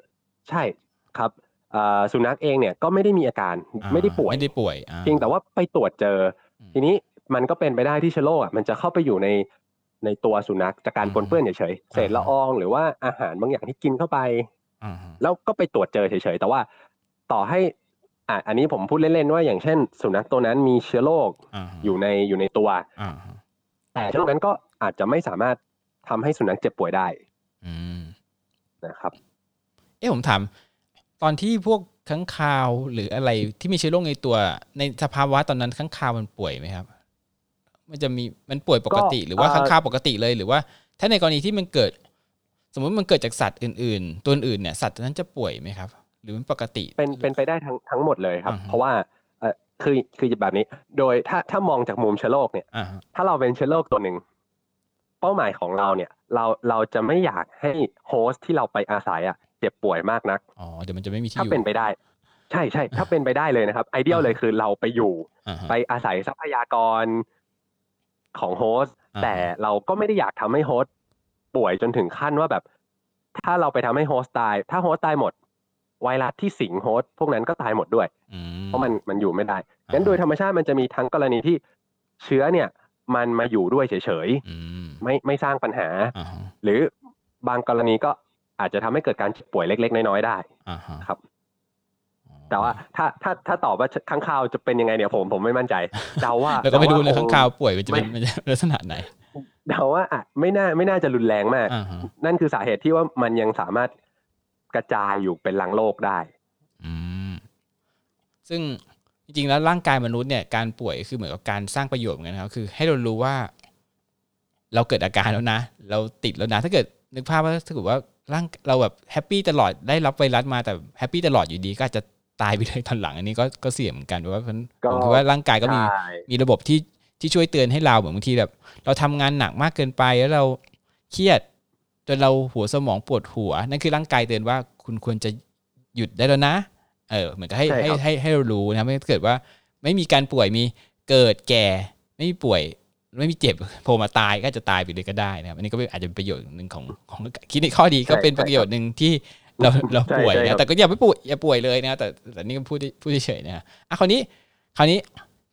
ใช่ครับเอ่อสุนัขเองเนี่ยก็ไม่ได้มีอาการ อ่า ไม่ได้ป่วย ไม่ได้ป่วยอ่า เพียงแต่ว่าไปตรวจเจอ อืม ทีนี้มันก็เป็นไปได้ที่เชื้อโรคอ่ะมันจะเข้าไปอยู่ในในตัวสุนัขจากการ อืม ปนเปื้อนเฉยๆเศษ อ่าฮะ ละอองหรือว่าอาหารบางอย่างที่กินเข้าไป อ่าฮะ แล้วก็ไปตรวจเจอเฉยๆแต่ว่าต่อให้อ่ะอันนี้ผมพูดเล่นๆว่าอย่างเช่น สุนัขตัวนั้นมีเชื้อโรค อ่าฮะ อยู่ในอยู่ในตัว อ่าฮะ แต่เชื้อโรคนั้นก็อาจจะไม่สามารถทำให้สุนัขเจ็บป่วยได้ อืม นะครับ เอ๊ะผมถาม ตอนที่พวกค้างคาวหรืออะไรที่มีเชื้อโรคในตัว ในสภาวะตอนนั้นค้างคาวมันป่วยไหมครับ มันจะมีมันป่วยปกติ ก็ หรือว่า เอ่อ ค้างคาวปกติเลยหรือว่า ถ้าในกรณีที่มันเกิด สมมติมันเกิดจากสัตว์อื่น ๆ ตัวอื่นเนี่ยสัตว์ตัวนั้นจะป่วยไหมครับ หรือมันปกติ เป็นเป็นไปได้ทั้งทั้งหมดเลยครับ อ่าฮะ เพราะว่าเอ่อคือคือแบบนี้ โดยถ้าถ้ามองจากมุมเชื้อโรคเนี่ย อ่าฮะ ถ้าเราเป็นเชื้อโรคตัวหนึ่ง เป้าหมายของเราเนี่ย เราเราจะไม่อยากให้โฮสต์ที่เราไปอาศัยอ่ะเจ็บป่วยมากนัก อ๋อเดี๋ยวมันจะไม่มีที่อถ้ายู่ เป็นไปได้ ใช่ใช่ถ้าเป็นไปได้เลยนะครับ ไอเดียเลยคือเราไปอยู่ อ่าฮะ ไปอาศัยทรัพยากรของโฮสต์ อ่าฮะ แต่เราก็ไม่ได้อยากทำให้โฮสต์ป่วยจนถึงขั้นว่าแบบ ถ้าเราไปทำให้โฮสต์ตาย ถ้าโฮสต์ตายหมด ไวรัสที่สิงโฮสต์พวกนั้นก็ตายหมดด้วย อื เพราะมันมันอยู่ไม่ได้ อ่า งั้นโดยธรรมชาติมันจะมีทั้งกรณีที่เชื้อเนี่ย มันมาอยู่ด้วยเฉยๆ อืม ไม่ไม่สร้างปัญหา อ่าฮะ หรือ บางกรณีก็อาจจะทำให้เกิดการเจ็บป่วยเล็ก ๆ น้อยๆได้ อ่าฮะ ครับ แต่ว่าถ้าถ้าถ้าตอบว่าข้างข่าวจะเป็นยังไงเนี่ยผมผมไม่มั่นใจเดาว่า แล้วก็ไปดูเลย เด ข้างคาวป่วยมันจะเป็นมันจะ ลักษณะไหน เดาว่าอ่ะไม่น่าไม่น่าจะรุนแรงมาก อ่าฮะ นั่นคือสาเหตุที่ว่ามันยังสามารถกระจายอยู่เป็นลังโลกได้ อืมซึ่งจริงๆแล้วร่างกายมนุษย์เนี่ยการป่วยคือเหมือนกับการสร้างประโยชน์เหมือนกันครับคือ ให้เรารู้ว่า เราเกิดอาการแล้วนะ เราติดแล้วนะ ถ้าเกิดนึกภาพว่าถ้าเกิดว่าร่างเราแบบแฮปปี้ตลอดได้รับไวรัสมาแต่แฮปปี้ตลอดอยู่ดีก็อาจจะตายไปเลยตอนหลังอันนี้ก็ก็เสี่ยงเหมือนกันเพราะว่ามัน ก็ ผมคิดว่าร่างกายก็มี ใช่ มีระบบที่ที่ช่วยเตือนให้เราเหมือนบางทีแบบ เราทำงานหนักมากเกินไปแล้วเราเครียด จนเราหัวสมองปวดหัว นั่นคือร่างกายเตือนว่าคุณควรจะหยุดได้แล้วนะ เออเหมือนกับให้ ใช่ ให้ ครับ ให้ให้เรารู้นะไม่เกิดว่า ไม่มีการป่วยมีเกิดแก่ ไม่มีป่วย ไม่มีเจ็บโผล่มาตายก็อาจจะตายไปเลยก็ได้นะครับอันนี้ก็เป็นอาจจะเป็นประโยชน์หนึ่งของของคิดในข้อดีก็เป็น ใช่ ประโยชน์หนึ่งที่เราเรา ใช่ ป่วย ใช่ครั นะ บ แต่ก็อย่าไปป่วยอย่าป่วยเลยนะแต่แต่นี่ก็พูดพูดเฉยๆนะฮะอ่ะคราวนี้คราวนี้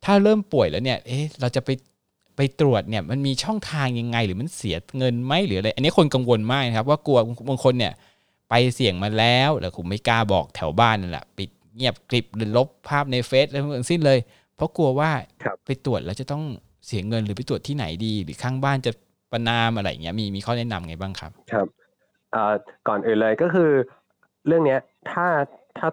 ถ้าเริ่มป่วยแล้วเนี่ย เอ๊ะ เราจะไปไปตรวจเนี่ย มันมีช่องทางยังไง หรือมันเสียเงินไหมหรืออะไร อันนี้คนกังวลมากนะครับ ว่ากลัวบางคนเนี่ย ไปเสี่ยงมาแล้วแล้วผมไม่กล้าบอกแถวบ้านนั่นแหละ ปิดเงียบกริบหรือลบภาพในเฟซอะไรทั้งสิ้นเลย เพราะกลัวว่า ครับ ไปตรวจแล้วจะต้องเสียเงินหรือไปตรวจที่ไหนดี หรือข้างบ้านจะประนามอะไรอย่างเงี้ย มีมีข้อแนะนำไงบ้างครับ ครับเอ่อก่อนอื่นเลยก็คือ เรื่องเนี้ยถ้าถ้า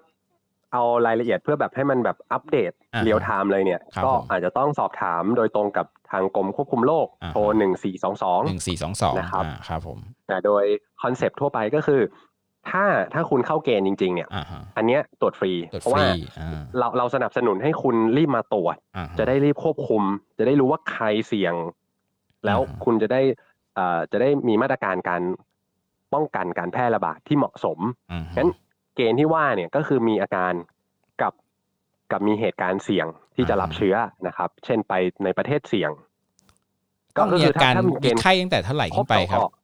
เอารายละเอียดเพื่อแบบให้มันแบบอัปเดต อ่าฮะ เรียลไทม์เลยเนี่ย ครับ ก็ ผม อาจจะต้องสอบถามโดยตรงกับทางกรมควบคุมโรค อ่าฮะ โทรหนึ่งสี่สองสอง หนึ่งสี่สองสอง นะครับ อ่าครับผม แต่โดยคอนเซปต์ทั่วไปก็คือ ถ้าถ้าคุณเข้าเกณฑ์จริง ๆ เนี่ย อ่าฮะ อันเนี้ยตรวจฟรี ตรวจ เพราะ ฟ ว่า รีอ่า เราเราสนับสนุนให้คุณรีบมาตรวจ อ่าฮ จะได้รีบควบคุม จะได้รู้ว่าใครเสี่ยง แล้ว อ่าฮะ คุณจะได้เอ่อจะได้มีมาตรการการป้องกันการแพร่ระบาดที่เหมาะสม อ่าฮะ งั้นเกณฑ์ที่ว่าเนี่ยก็คือมีอาการกับกับมีเหตุการณ์เสี่ยงที่จะรับเชื้อนะครับ เช่นไปในประเทศเสี่ยง ต้องมีอาการ มี มี เณฑ์ ไข้ตั้งแต่เท่าไหร่ขึ้นไปครับ สองข้อ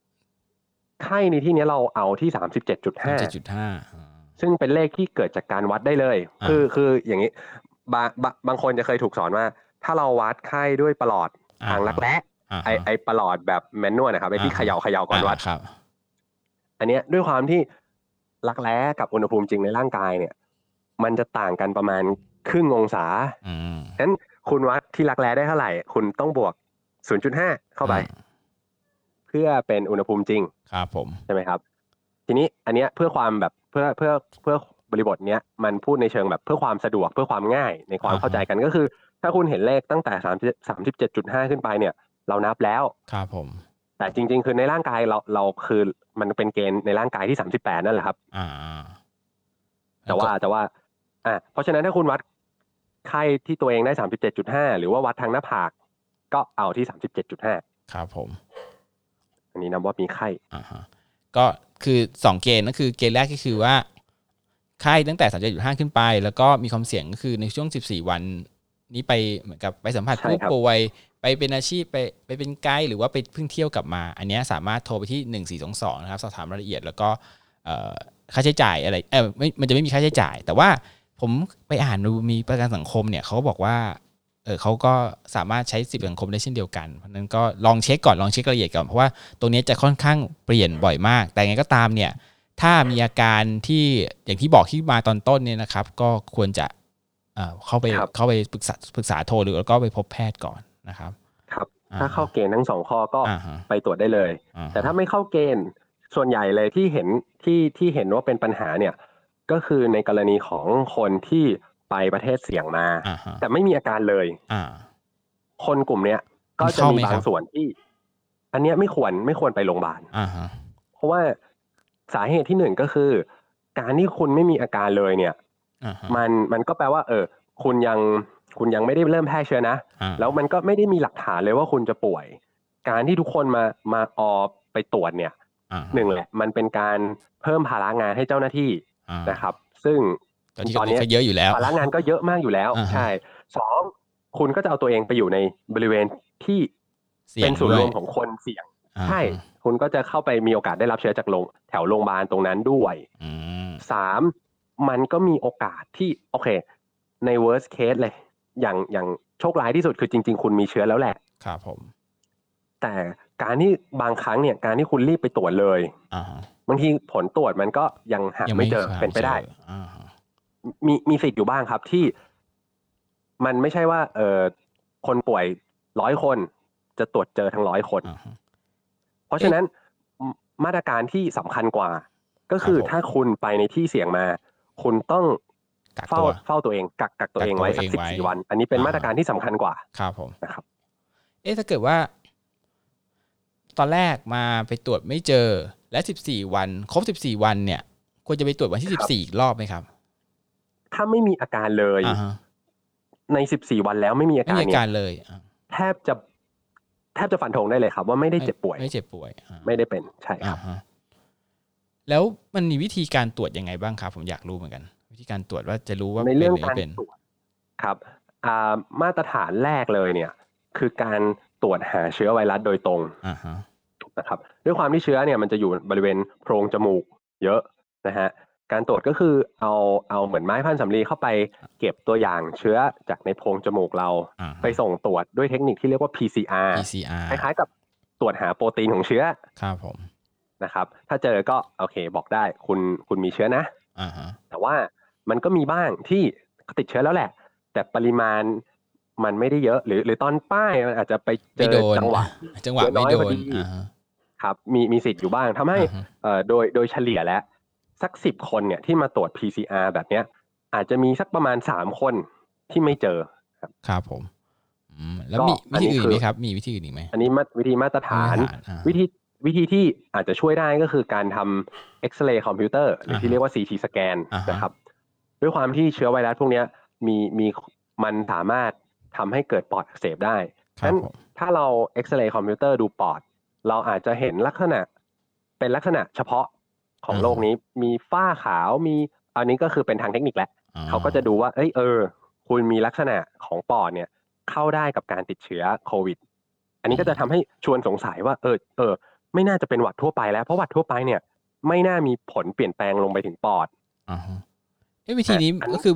ไข้ในที่เนี้ยเราเอาที่สามสิบเจ็ดจุดห้า เจ็ดจุดห้า ซึ่งเป็นเลขที่เกิดจากการวัดได้เลย อ่า คือคืออย่างนี้บางบางบางคนจะเคยถูกสอนว่า ถ้าเราวัดไข้ด้วยประหลอดทางรักแร้ อ่า ไอ ฮะ ไอประหลอดแบบแมนนวลนะครับไอที่ อ่า เขย่าเขย่าก่อนวัด ครับ อันเนี้ยด้วยความที่รักแร้กับอุณหภูมิจริงในร่างกายเนี่ย มันจะต่างกันประมาณครึ่งองศา อืม งั้นคุณวัดที่รักแร้ได้เท่าไหร่ คุณต้องบวก 0.5 เข้าไป อืม เพื่อเป็นอุณหภูมิจริง ครับผม ใช่ไหมครับ ทีนี้อันเนี้ยเพื่อความแบบเพื่อเพื่อเพื่อบริบทเนี้ยมันพูดในเชิงแบบเพื่อความสะดวกเพื่อความง่ายในความ อ่าฮะ เข้าใจกันก็คือ ถ้าคุณเห็นเลขตั้งแต่สามสามสิบเจ็ดจุดห้าขึ้นไปเนี่ย เรานับแล้ว ครับผม แต่จริง ๆ คือในร่างกายเราเราคือมันเป็นเกณฑ์ในร่างกายที่สามสิบแปดนั่นแหละครับ อ่า แต่ว่าแต่ว่าอ่ะเพราะฉะนั้นถ้าคุณวัดไข้ที่ตัวเองได้สามสิบเจ็ดจุดห้าหรือว่าวัดทางหน้าผาก ก็เอาที่สามสิบเจ็ดจุดห้า ครับผม อันนี้นับว่ามีไข้ อ่าฮะ ก็คือสองเกณฑ์ก็คือเกณฑ์แรกก็คือว่า ไข้ตั้งแต่สามจุดห้าขึ้นไป แล้วก็มีความเสี่ยงก็คือในช่วงสิบสี่วัน นี้ไปเหมือนกับไปสัมผัส ใช่ ผู้ ครับ ป่วยไปเป็นอาชีพไปไปเป็นไกด์หรือว่าไปเพิ่งเที่ยวกลับมา อันเนี้ยสามารถโทรไปที่หนึ่งสี่สองสองนะครับสอบถามรายละเอียดแล้วก็เอ่อค่าใช้จ่ายอะไรเออไม่มันจะไม่มีค่าใช้จ่าย แต่ว่าผมไปอ่านดูมีประกันสังคมเนี่ยเขาก็บอกว่า เออเขาก็สามารถใช้สิทธิประกันสังคมได้เช่นเดียวกันเพราะฉะนั้นก็ลองเช็คก่อนลองเช็ครายละเอียดก่อนเพราะว่าตรงเนี้ยจะค่อนข้างเปลี่ยนบ่อยมาก แต่ยังไงก็ตามเนี่ย ถ้ามีอาการที่อย่างที่บอกที่มาตอนต้นเนี่ยนะครับ ก็ควรจะเอ่อเข้าไป ครับ เข้าไปปรึกษาปรึกษาโทรหรือแล้วก็ไปพบแพทย์ก่อนนะครับ ครับ อ่า ถ้าเข้าเกณฑ์ทั้งสองข้อก็ อ่าฮะ ไปตรวจได้เลย อ่ฮะ แต่ถ้าไม่เข้าเกณฑ์ ส่วนใหญ่เลยที่เห็นที่ที่เห็นว่าเป็นปัญหาเนี่ย ก็คือในกรณีของคนที่ไปประเทศเสี่ยงมา อ่าฮะ แต่ไม่มีอาการเลย อ่า คนกลุ่มเนี้ยก็จะ เข้าไหมครับมีาง บ ส่วนที่ อันเนี้ยไม่ควรไม่ควรไปโรงพยาบาล อ่าฮะ เพราะว่าสาเหตุที่หนึ่งก็คือ การที่คุณไม่มีอาการเลยเนี่ย อ่าฮะ มันมันก็แปลว่า เออ คุณยังคุณยังไม่ได้เริ่มแพร่เชื้อนะ อ่า แล้วมันก็ไม่ได้มีหลักฐานเลยว่าคุณจะป่วย การที่ทุกคนมามาออไปตรวจเนี่ย อ่าฮะ หนึ่งแหละมันเป็นการเพิ่มภาระงานให้เจ้าหน้าที่ อ่า นะครับ ซึ่ง ตอนที่ ตอนเนี้ย ก็เยอะอยู่แล้ว ภาระงานก็เยอะมากอยู่แล้ว อ่าฮะ ใช่สองคุณก็จะเอาตัวเองไปอยู่ในบริเวณที่ สี่ย เป็นศูนย์รวม ด้ย ของคนเสี่ยง อ่า ใช่ คุณก็จะเข้าไปมีโอกาสได้รับเชื้อจากโรงแถวโรงพยาบาลตรงนั้นด้วย อืม สามมันก็มีโอกาสที่โอเค ใน worst case เลย อย่างอย่างโชคร้ายที่สุดคือจริง ๆ คุณมีเชื้อแล้วแหละ ครับผม แต่ การที่บางครั้งเนี่ยการที่คุณรีบไปตรวจเลย อ่าฮะ บางทีผลตรวจมันก็ยังหาไม่เจอ หา เป็นไปได้ จอ อ่าฮะ มีมีสิทธิ์อยู่บ้างครับที่มันไม่ใช่ว่า เออคนป่วยร้อยคนจะตรวจเจอทั้งร้อยคน อ่าฮะ เพราะฉะนั้นมมาตรการที่สำคัญกว่า ก็คือ ครับผม ถ้าคุณไปในที่เสี่ยงมา คุณต้อง กัก เฝ้า ตัว เฝ้าตัวเองกักกักตัวเอง กักตัว ไว้สัก เอง สิบ ไว้ สี่วัน อันนี้เป็น อ่า มาตรการที่สำคัญกว่า ครับผม นะครับ เอ๊ะถ้าเกิดว่า ตอนแรกมาไปตรวจไม่เจอ และ 14 วัน ครบ 14 วันเนี่ย ควรจะไปตรวจวันที่ ครับ 14 อีกรอบไหมครับ ถ้าไม่มีอาการเลย อ่าฮะ ในสิบสี่วันแล้วไม่มีอา ไม่ การ มีอา เนี่ กาย รเลยอ่ะ แทบจะแทบจะฟันธงได้เลยครับ ว่าไม่ได้เจ็บป่วย ไม่เจ็บป่วยอ่ะ ไม่ได้เป็นใช่ค อ่า รับ ฮะแล้วมันมีวิธีการตรวจยังไงบ้างครับ ผมอยากรู้เหมือนกัน วิธีการตรวจว่าจะรู้ว่า ใน เป็นห เรื่ รืออง ไม่ การ เป็น ตรวจครับอ่ามาตรฐานแรกเลยเนี่ย คือการตรวจหาเชื้อไวรัสโดยตรง อ่าฮะ นะครับด้วยความที่เชื้อเนี่ยมันจะอยู่บริเวณโพรงจมูกเยอะนะฮะการตรวจก็คือเอาเอาเหมือนไม้พันสำลีเข้าไปเก็บตัวอย่างเชื้อจากในโพรงจมูกเรา อ่าฮะ ไปส่งตรวจด้วยเทคนิคที่เรียกว่า PCR PCR คล้ายๆกับตรวจหาโปรตีนของเชื้อ ครับผม นะครับถ้าเจอก็โอเคบอกได้คุณคุณมีเชื้อนะ อ่าฮะ แต่ว่ามันก็มีบ้างที่ติดเชื้อแล้วแหละ แต่ปริมาณมันไม่ได้เยอะ หรือหรือตอนป้ายมันอาจจะไปเจ ไม่ อ โดน จังหวะ จังหวะ เจอน้ ไม่ อย โด พอน ดี อ่าฮะ ครับมีมีสิทธิ์อยู่บ้างทำให้ อ่าฮะ เอ่อโดยโดยเฉลี่ยแล้วสักสิบคนเนี่ยที่มาตรวจ PCR แบบเนี้ย อาจจะมีสักประมาณสามคนที่ไม่เจอ ครับผมอืมแล้ว ก็ มีวิธีอันนี้อื่น คือ ไหมครับ มีวิธีอื่นอีกไหม อันนี้มาวิธีมาตรฐาน อ่าฮะ วิธีวิธีที่อาจจะช่วยได้ก็คือการทำเอ็กซเรย์คอมพิวเตอร์หรืออา ฮะ ที่เรียกว่า CT สแกน อ่าฮะ นะครับ ด้วยความที่เชื้อไวรัสพวกเนี้ยมีมีมันสามารถทำให้เกิดปอดอักเสบได้ ครับผม ถ้าเราเอ็กซเรย์คอมพิวเตอร์ดูปอด เราอาจจะเห็นลักษณะเป็นลักษณะเฉพาะของ อ่า โรคนี้มีฝ้าขาวมีอันนี้ก็คือเป็นทางเทคนิคแหละ อ่ เขาก็จะดูว่า เอ้ยเออ คุณมีลักษณะของปอดเนี่ย เข้าได้กับการติดเชื้อโควิด อันนี้ก็จะทำให้ชวนสงสัยว่า เออเออ ไม่น่าจะเป็นหวัดทั่วไปแล้วเพราะหวัดทั่วไปเนี่ย ไม่น่ามีผลเปลี่ยนแปลงลงไปถึงปอด อ่าฮะ เอ้ยวิธีนี้ แต่อัน ก็คือ